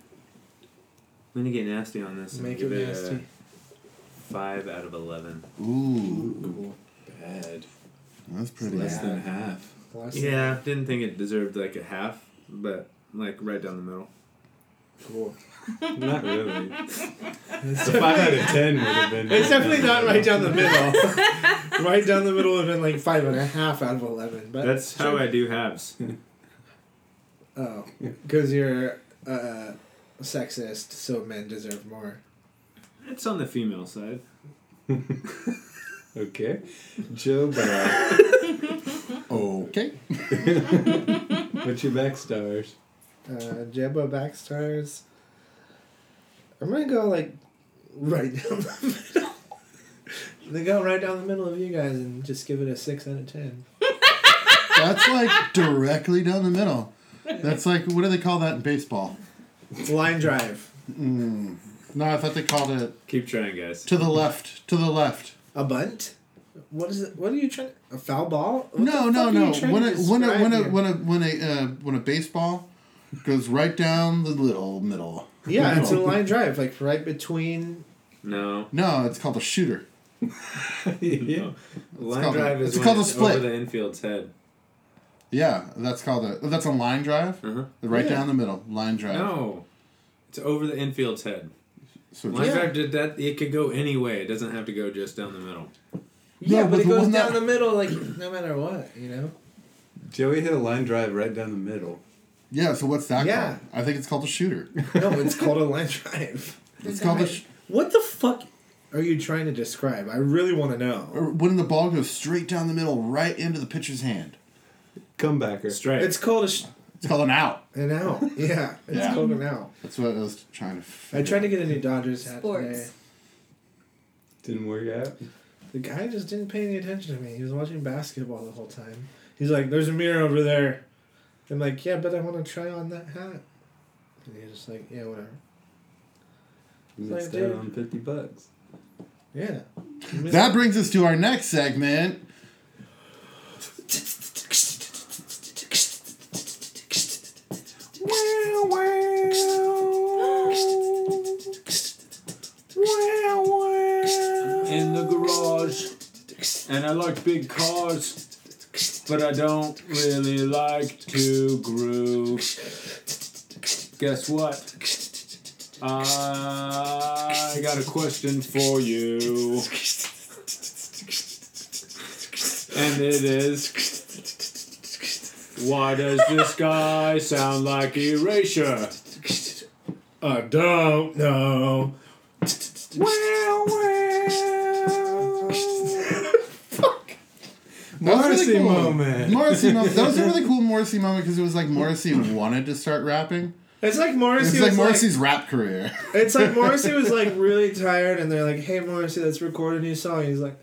Speaker 5: I'm gonna get nasty on this. and
Speaker 2: Make it
Speaker 5: give a
Speaker 2: nasty.
Speaker 5: five out of eleven.
Speaker 4: Ooh,
Speaker 2: Cool.
Speaker 1: Bad.
Speaker 4: that's pretty.
Speaker 1: Less
Speaker 4: good.
Speaker 1: than half.
Speaker 2: Last
Speaker 5: Yeah, didn't think it deserved like a half, but like right down the middle.
Speaker 2: Cool.
Speaker 1: Not really. the 5 out of 10 would have been.
Speaker 2: It's definitely not right down the middle. right down the middle would have been like five and a half out of eleven. But
Speaker 5: That's how I do halves.
Speaker 2: Oh, because you're uh, sexist, so men deserve more.
Speaker 5: It's on the female side.
Speaker 1: Okay. Joe Brown.
Speaker 4: Okay.
Speaker 1: What's your backstars?
Speaker 2: Uh, Jabba Backstars. I'm gonna go like right down the middle. I'm gonna go right down the middle of you guys and just give it a six out of ten.
Speaker 4: That's like directly down the middle. That's like what do they call that in baseball? Mm.
Speaker 2: Line drive,
Speaker 4: No, I thought they called it
Speaker 5: Keep trying, guys.
Speaker 4: to the left. To the left.
Speaker 2: a bunt. What is it? What are you trying? A foul ball? What
Speaker 4: no,
Speaker 2: the
Speaker 4: no,
Speaker 2: fuck are you
Speaker 4: no.
Speaker 2: trying
Speaker 4: When
Speaker 2: to
Speaker 4: a, when a
Speaker 2: describe
Speaker 4: when a
Speaker 2: here?
Speaker 4: when a when a uh, when a baseball goes right down the little middle.
Speaker 2: yeah, it's a line drive, like right between.
Speaker 5: No.
Speaker 4: No, it's called a shooter.
Speaker 1: yeah.
Speaker 5: Line
Speaker 4: called a-
Speaker 5: drive is
Speaker 4: it's
Speaker 5: when
Speaker 4: called a
Speaker 5: it's
Speaker 4: split.
Speaker 5: over the infield's head.
Speaker 4: Yeah, that's called a that's a line drive.
Speaker 5: Uh-huh.
Speaker 4: Right
Speaker 2: Yeah.
Speaker 4: down the middle, line drive.
Speaker 5: No. It's over the infield's head.
Speaker 4: So
Speaker 5: Line
Speaker 2: Yeah.
Speaker 5: drive did that. It could go any way. It doesn't have to go just down the middle.
Speaker 2: Yeah,
Speaker 4: but
Speaker 2: but it
Speaker 4: the
Speaker 2: goes
Speaker 4: one
Speaker 2: down
Speaker 4: that-
Speaker 2: the middle, like no matter what, you know.
Speaker 1: Joey hit a line drive right down the middle.
Speaker 4: yeah, so what's that
Speaker 2: Yeah.
Speaker 4: called? I think it's called a shooter.
Speaker 2: No, it's called a line drive.
Speaker 4: It's called a sh-
Speaker 2: What the fuck are you trying to describe? I really want to know.
Speaker 4: or when the ball goes straight down the middle, right into the pitcher's hand.
Speaker 1: Comebacker.
Speaker 5: Strike.
Speaker 2: It's called a sh-
Speaker 4: It's called an out.
Speaker 2: an out. Yeah, it's
Speaker 4: Yeah.
Speaker 2: called an out.
Speaker 4: That's what I was trying to.
Speaker 2: I
Speaker 4: Figure.
Speaker 2: tried to get a new Dodgers hat
Speaker 6: Sports.
Speaker 2: today.
Speaker 1: Didn't work out.
Speaker 2: The guy just didn't pay any attention to me. He was watching basketball the whole time. He's like, "There's a mirror over there." I'm like, "Yeah, but I want to try on that hat." And he's just like, "Yeah, whatever."
Speaker 1: Missed
Speaker 2: Like, dude.
Speaker 1: out on 50 bucks.
Speaker 2: Yeah.
Speaker 4: That brings us to our next segment.
Speaker 5: in the garage. And I like big cars, but I don't really like to groove. Guess what? I got a question for you. And it is Why does this guy sound like Erasure?
Speaker 2: I don't know.
Speaker 4: That was
Speaker 1: Morrissey
Speaker 4: cool.
Speaker 1: moment.
Speaker 4: Morrissey moment. That was a really cool Morrissey moment because it was like Morrissey wanted to start rapping.
Speaker 2: It's like Morrissey.
Speaker 4: It's like
Speaker 2: was
Speaker 4: Morrissey's rap career.
Speaker 2: It's like Morrissey was like really tired, and they're like, "Hey, Morrissey, let's record a new song." He's like,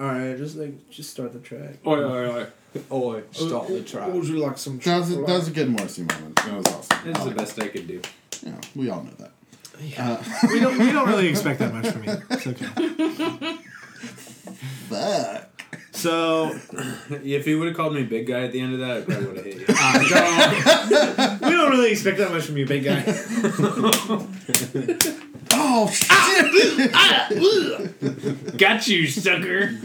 Speaker 2: "All right, just like just start the track."
Speaker 5: Oi, oi, oi.
Speaker 1: Oi, stop Oh, the
Speaker 2: What
Speaker 1: trap.
Speaker 2: would you like some?
Speaker 4: That was, that was a good Morrissey moment. That was awesome.
Speaker 5: This is the best I could do.
Speaker 4: Yeah, we all know that.
Speaker 2: we don't we don't really expect that much from you. It's okay.
Speaker 4: But
Speaker 2: So
Speaker 5: If he would have called me big guy at the end of that, I probably would have hit you.
Speaker 2: we don't really expect that much from you, big guy.
Speaker 4: oh shit!
Speaker 5: Got you, sucker.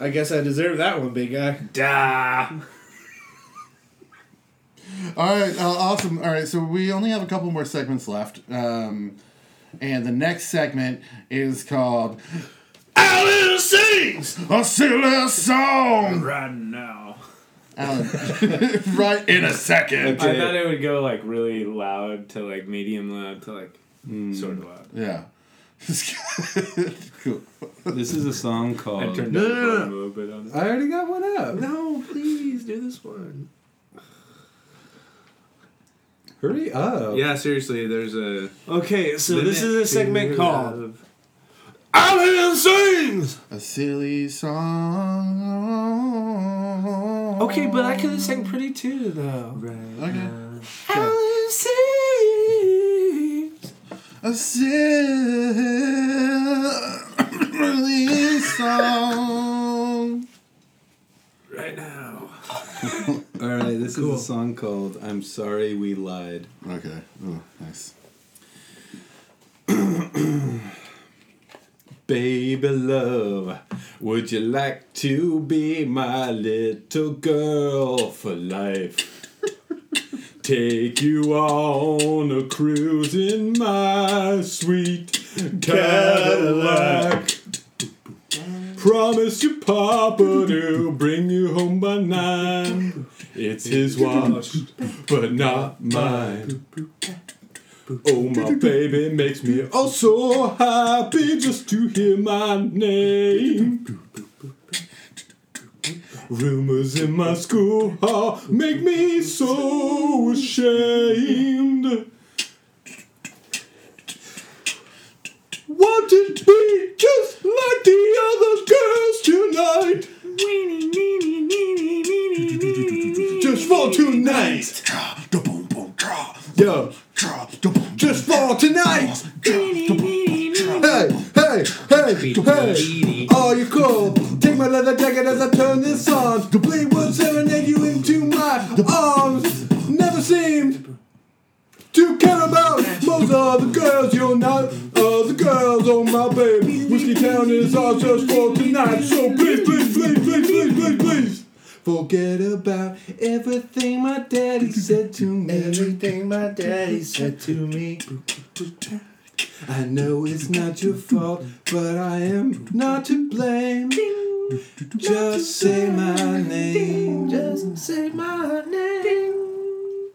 Speaker 2: I guess I deserve that one, big guy.
Speaker 5: Da.
Speaker 4: all right, uh, awesome. All right, so we only have a couple more segments left, um, and the next segment is called "Alan sings a silly song."
Speaker 5: Right now.
Speaker 4: Alan, right in a second.
Speaker 5: I thought it would go like really loud to like medium loud to like
Speaker 2: Mm.
Speaker 5: sort of loud.
Speaker 4: Yeah. cool.
Speaker 1: This is a song
Speaker 5: I
Speaker 1: called.
Speaker 5: turned
Speaker 1: No,
Speaker 5: up
Speaker 1: no, no,
Speaker 5: a little bit on it.
Speaker 1: I already got one up.
Speaker 2: No, please do this one.
Speaker 1: Hurry up.
Speaker 5: Yeah, seriously, there's a.
Speaker 2: Okay, so this is
Speaker 5: limit
Speaker 2: a segment
Speaker 5: to-
Speaker 2: called
Speaker 3: uh,
Speaker 2: Alan Sings.
Speaker 4: A silly song.
Speaker 2: Okay, but I could have sang pretty too, though.
Speaker 4: Okay.
Speaker 2: Uh, Alan Sings.
Speaker 4: A silly song.
Speaker 1: All right, this is a song called I'm Sorry We Lied.
Speaker 4: Okay. Ooh, nice.
Speaker 1: Baby love, would you like to be my little girl for life? Take you on a cruise in my sweet Cadillac. Promise you, Papa, to bring you home by nine. It's his watch, but not mine. Oh, my baby makes me oh so happy just to hear my name. Rumors in my school hall make me so ashamed. Want to be just like the other girls tonight. Just for tonight. Yo, just for tonight. Hey, hey, hey, hey. Oh, you cool. Take my leather jacket as I turn this on. The blade will serenade you into my arms. Never seemed to care about most of the girls. You're not of the girls, oh my baby. Whiskey Town is all just for tonight. So please, please, please, please, please, please, please. Forget about everything my daddy said to me.
Speaker 2: Everything my daddy said to me.
Speaker 1: I know it's not your fault, but I am not to blame. Just say my name.
Speaker 2: Just say my name.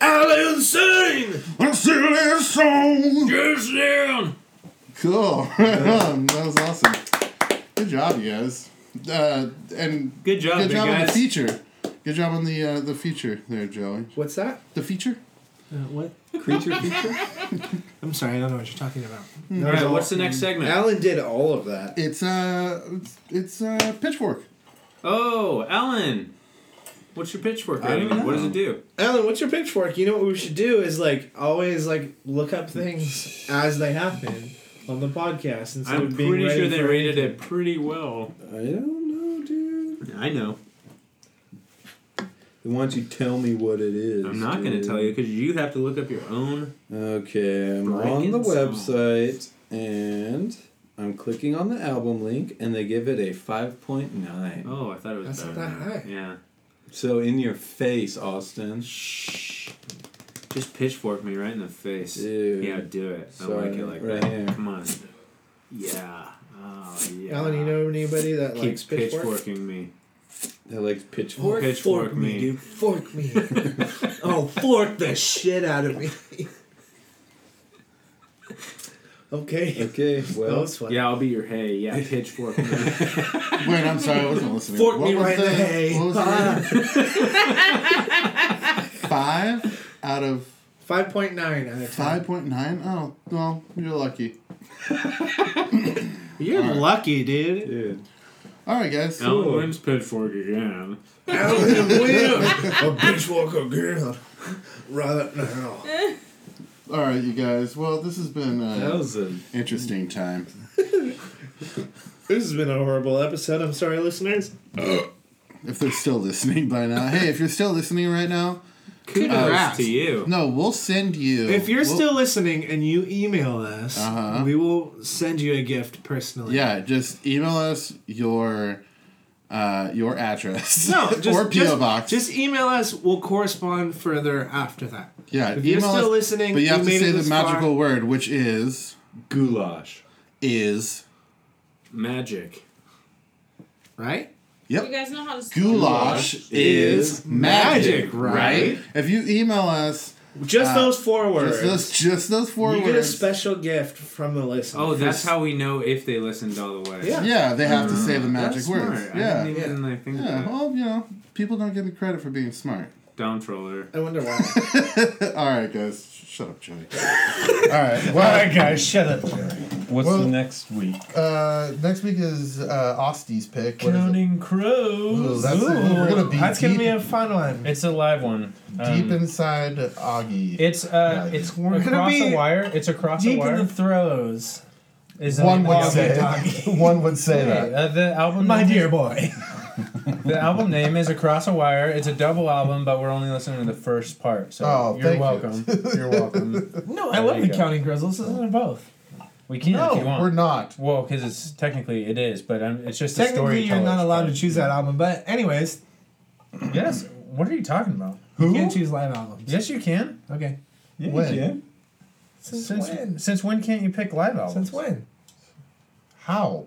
Speaker 2: Alan Singh!
Speaker 4: I sing this song.
Speaker 3: Just down.
Speaker 4: Cool. Right on. That was awesome. Good job, you guys. Uh, and
Speaker 3: Good job,
Speaker 4: good
Speaker 3: big
Speaker 4: job on the
Speaker 3: guys.
Speaker 4: feature. Good job on the uh, the feature there, Joey.
Speaker 2: What's that?
Speaker 4: The feature.
Speaker 2: Uh, what?
Speaker 1: Creature feature?
Speaker 2: I'm sorry, I don't know what you're talking about.
Speaker 3: All right, what's the next segment?
Speaker 2: Alan did all of that.
Speaker 4: It's uh, it's, it's uh, pitchfork.
Speaker 3: Oh, Alan. What's your pitchfork
Speaker 1: I don't
Speaker 3: rating? What does
Speaker 1: know.
Speaker 3: it do?
Speaker 2: Alan, what's your pitchfork? You know what we should do is like always like look up things as they happen on the podcast instead
Speaker 3: I'm
Speaker 2: of being
Speaker 3: pretty
Speaker 2: ready
Speaker 3: sure they
Speaker 2: for
Speaker 3: rated it pretty well.
Speaker 1: I don't know, dude.
Speaker 3: I know.
Speaker 1: Why don't you tell me what it is?
Speaker 3: I'm not going to
Speaker 1: dude?
Speaker 3: tell you because you have to look up your own.
Speaker 1: Okay, I'm on the
Speaker 3: Breaking song.
Speaker 1: website and I'm clicking on the album link and they give it a 5.9.
Speaker 3: Oh, I thought it was
Speaker 2: That's
Speaker 3: better.
Speaker 2: not that
Speaker 3: than
Speaker 2: high.
Speaker 3: Yeah.
Speaker 1: So in your face, Austin.
Speaker 3: Shh. Just pitchfork me right in the face.
Speaker 1: Dude.
Speaker 3: Yeah, do it. I
Speaker 1: Sorry,
Speaker 3: like it like
Speaker 1: right
Speaker 3: that.
Speaker 1: here.
Speaker 3: Come on. Yeah. Oh, yeah.
Speaker 2: Alan, you know anybody that
Speaker 3: Keeps
Speaker 2: likes pitchfork?
Speaker 3: pitchforking me.
Speaker 1: They like pitchfork.
Speaker 3: Pitchfork me.
Speaker 2: Fork me. oh, fork the shit out of me. okay.
Speaker 1: Okay,
Speaker 2: That
Speaker 1: well.
Speaker 2: was fun.
Speaker 3: Yeah, I'll be your hey. Yeah, pitchfork me.
Speaker 4: Wait, I'm sorry, I wasn't listening.
Speaker 2: Fork me
Speaker 4: was
Speaker 2: right in the hay.
Speaker 4: What was the rating? Five out of
Speaker 2: 5.9 out of 10.
Speaker 4: five point nine. Oh, well, you're lucky.
Speaker 2: You're lucky, dude.
Speaker 1: Dude.
Speaker 4: All right, guys.
Speaker 3: Uh,
Speaker 2: Oh.
Speaker 3: Alan wins pitchfork again.
Speaker 2: Alan Williams, a pitchfork again. Right now.
Speaker 4: All right, you guys. Well, this has been uh,
Speaker 1: That
Speaker 4: an
Speaker 1: was a
Speaker 4: interesting time.
Speaker 2: This has been a horrible episode. I'm sorry, listeners.
Speaker 4: If they're still listening by now, hey, if you're still listening right now,
Speaker 3: Congrats to you.
Speaker 4: no, we'll send you.
Speaker 2: If you're
Speaker 4: we'll-
Speaker 2: still listening and you email us,
Speaker 4: Uh-huh.
Speaker 2: we will send you a gift personally.
Speaker 4: yeah, just email us your uh, your address
Speaker 2: No, just,
Speaker 4: or PO
Speaker 2: just-
Speaker 4: box.
Speaker 2: Just email us. We'll correspond further after that.
Speaker 4: yeah,
Speaker 2: If you're
Speaker 4: email
Speaker 2: still
Speaker 4: us,
Speaker 2: listening,
Speaker 4: but you
Speaker 2: you
Speaker 4: have to
Speaker 2: made
Speaker 4: say
Speaker 2: it
Speaker 4: the
Speaker 2: this far.
Speaker 4: magical word, which is
Speaker 1: goulash.
Speaker 4: is
Speaker 3: Magic.
Speaker 2: Right?
Speaker 6: You guys know how to
Speaker 4: goulash is magic, right? If you email us
Speaker 2: Just
Speaker 4: Uh,
Speaker 2: those four words.
Speaker 4: just those just those four
Speaker 2: you get a
Speaker 4: words,
Speaker 2: special gift from the listener.
Speaker 3: Oh, that's how we know if they listened all the way.
Speaker 2: Yeah.
Speaker 4: yeah, they have to say
Speaker 2: Mm,
Speaker 4: the
Speaker 3: That's
Speaker 4: magic
Speaker 3: smart.
Speaker 4: words.
Speaker 3: I
Speaker 4: Yeah,
Speaker 3: didn't even like, think
Speaker 4: yeah.
Speaker 3: of that.
Speaker 4: Well, you know, people don't give me credit for being smart.
Speaker 3: Down troller.
Speaker 2: I wonder why.
Speaker 4: All right, guys, shut up, Joey. All right, well,
Speaker 2: guys, shut up.
Speaker 1: What's
Speaker 4: Well-
Speaker 1: the next week?
Speaker 4: Uh, next week is uh, Ostie's pick. What is it?
Speaker 3: Crows.
Speaker 4: Ooh, that's- we're gonna be
Speaker 2: that's gonna
Speaker 4: deep-
Speaker 2: be a fun one.
Speaker 7: It's a live one. Um,
Speaker 4: Deep inside Augie.
Speaker 7: It's uh, it's
Speaker 2: We're gonna
Speaker 7: across
Speaker 2: be
Speaker 7: the wire. It's across the
Speaker 2: Deep
Speaker 7: wire.
Speaker 2: in the throes.
Speaker 7: is the
Speaker 4: one
Speaker 7: name of
Speaker 4: would
Speaker 7: the
Speaker 4: say.
Speaker 7: album.
Speaker 4: one would say
Speaker 7: Hey,
Speaker 4: that.
Speaker 7: uh, the album.
Speaker 2: My
Speaker 7: name
Speaker 2: dear
Speaker 7: is-
Speaker 2: boy.
Speaker 7: The album name is Across a Wire. It's a double album, but we're only listening to the first part. So
Speaker 4: Oh,
Speaker 7: you're
Speaker 4: thank you.
Speaker 7: welcome. You. are welcome.
Speaker 2: No, I
Speaker 7: There
Speaker 2: love
Speaker 7: you
Speaker 2: the
Speaker 7: go.
Speaker 2: Counting Crows. Let's listen to both.
Speaker 7: We can if you
Speaker 4: No,
Speaker 7: want.
Speaker 4: we're not.
Speaker 7: Well, because it's technically it is, but um, it's just a story.
Speaker 2: Technically, you're not allowed to choose that album, but anyways,
Speaker 7: Yes. What are you talking about?
Speaker 2: you
Speaker 4: Who?
Speaker 2: can't choose live albums.
Speaker 7: Yes, you can.
Speaker 2: Okay.
Speaker 4: When?
Speaker 2: Since,
Speaker 7: since
Speaker 2: when?
Speaker 7: since when can't you pick live albums?
Speaker 2: Since when?
Speaker 4: How?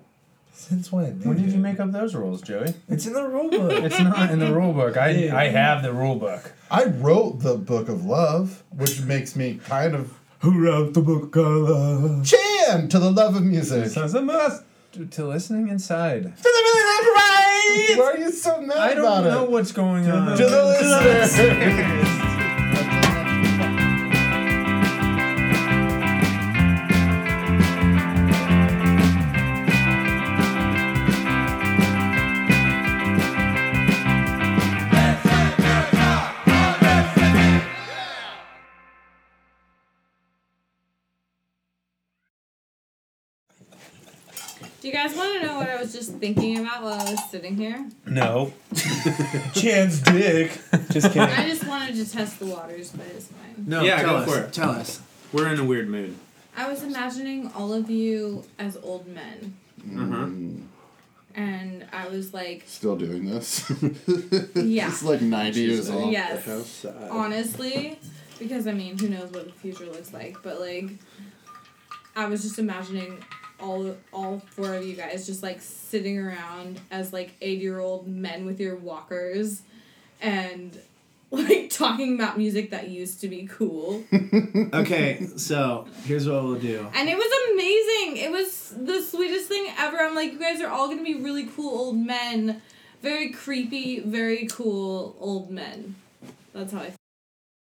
Speaker 2: Since when?
Speaker 5: When did you make up those rules, Joey?
Speaker 2: It's in the rule book.
Speaker 5: It's not in the rule book. I
Speaker 2: Yeah.
Speaker 5: I have the rule book.
Speaker 4: I wrote the Book of Love, which makes me kind of
Speaker 5: Who wrote the book of love?
Speaker 4: Chan to the love of music.
Speaker 5: Sounds the most to listening inside.
Speaker 4: Why are you so mad
Speaker 5: I
Speaker 4: about
Speaker 5: don't know
Speaker 4: it?
Speaker 5: what's going on.
Speaker 4: To the listener.
Speaker 6: Do you guys want to know what I was just thinking about while I was sitting here?
Speaker 5: No. Chan's dick.
Speaker 2: Just kidding.
Speaker 6: I just wanted to test the waters, but it's fine.
Speaker 2: No,
Speaker 8: Yeah,
Speaker 2: tell
Speaker 8: go
Speaker 2: us.
Speaker 8: for it.
Speaker 2: Tell us.
Speaker 8: We're in a weird mood.
Speaker 6: I was imagining all of you as old men,
Speaker 8: Uh-huh.
Speaker 9: Mm.
Speaker 6: and I was like,
Speaker 9: Still doing this.
Speaker 6: Yeah.
Speaker 9: It's like 90 years old.
Speaker 6: yes.
Speaker 10: Outside.
Speaker 6: honestly because i mean who knows what the future looks like but like i was just imagining all all four of you guys just like sitting around as like 80 year old men with your walkers and like talking about music that used to be cool
Speaker 2: Okay, so here's what we'll do.
Speaker 6: and it was amazing it was the sweetest thing ever i'm like you guys are all gonna be really cool old men very creepy very cool old men that's how i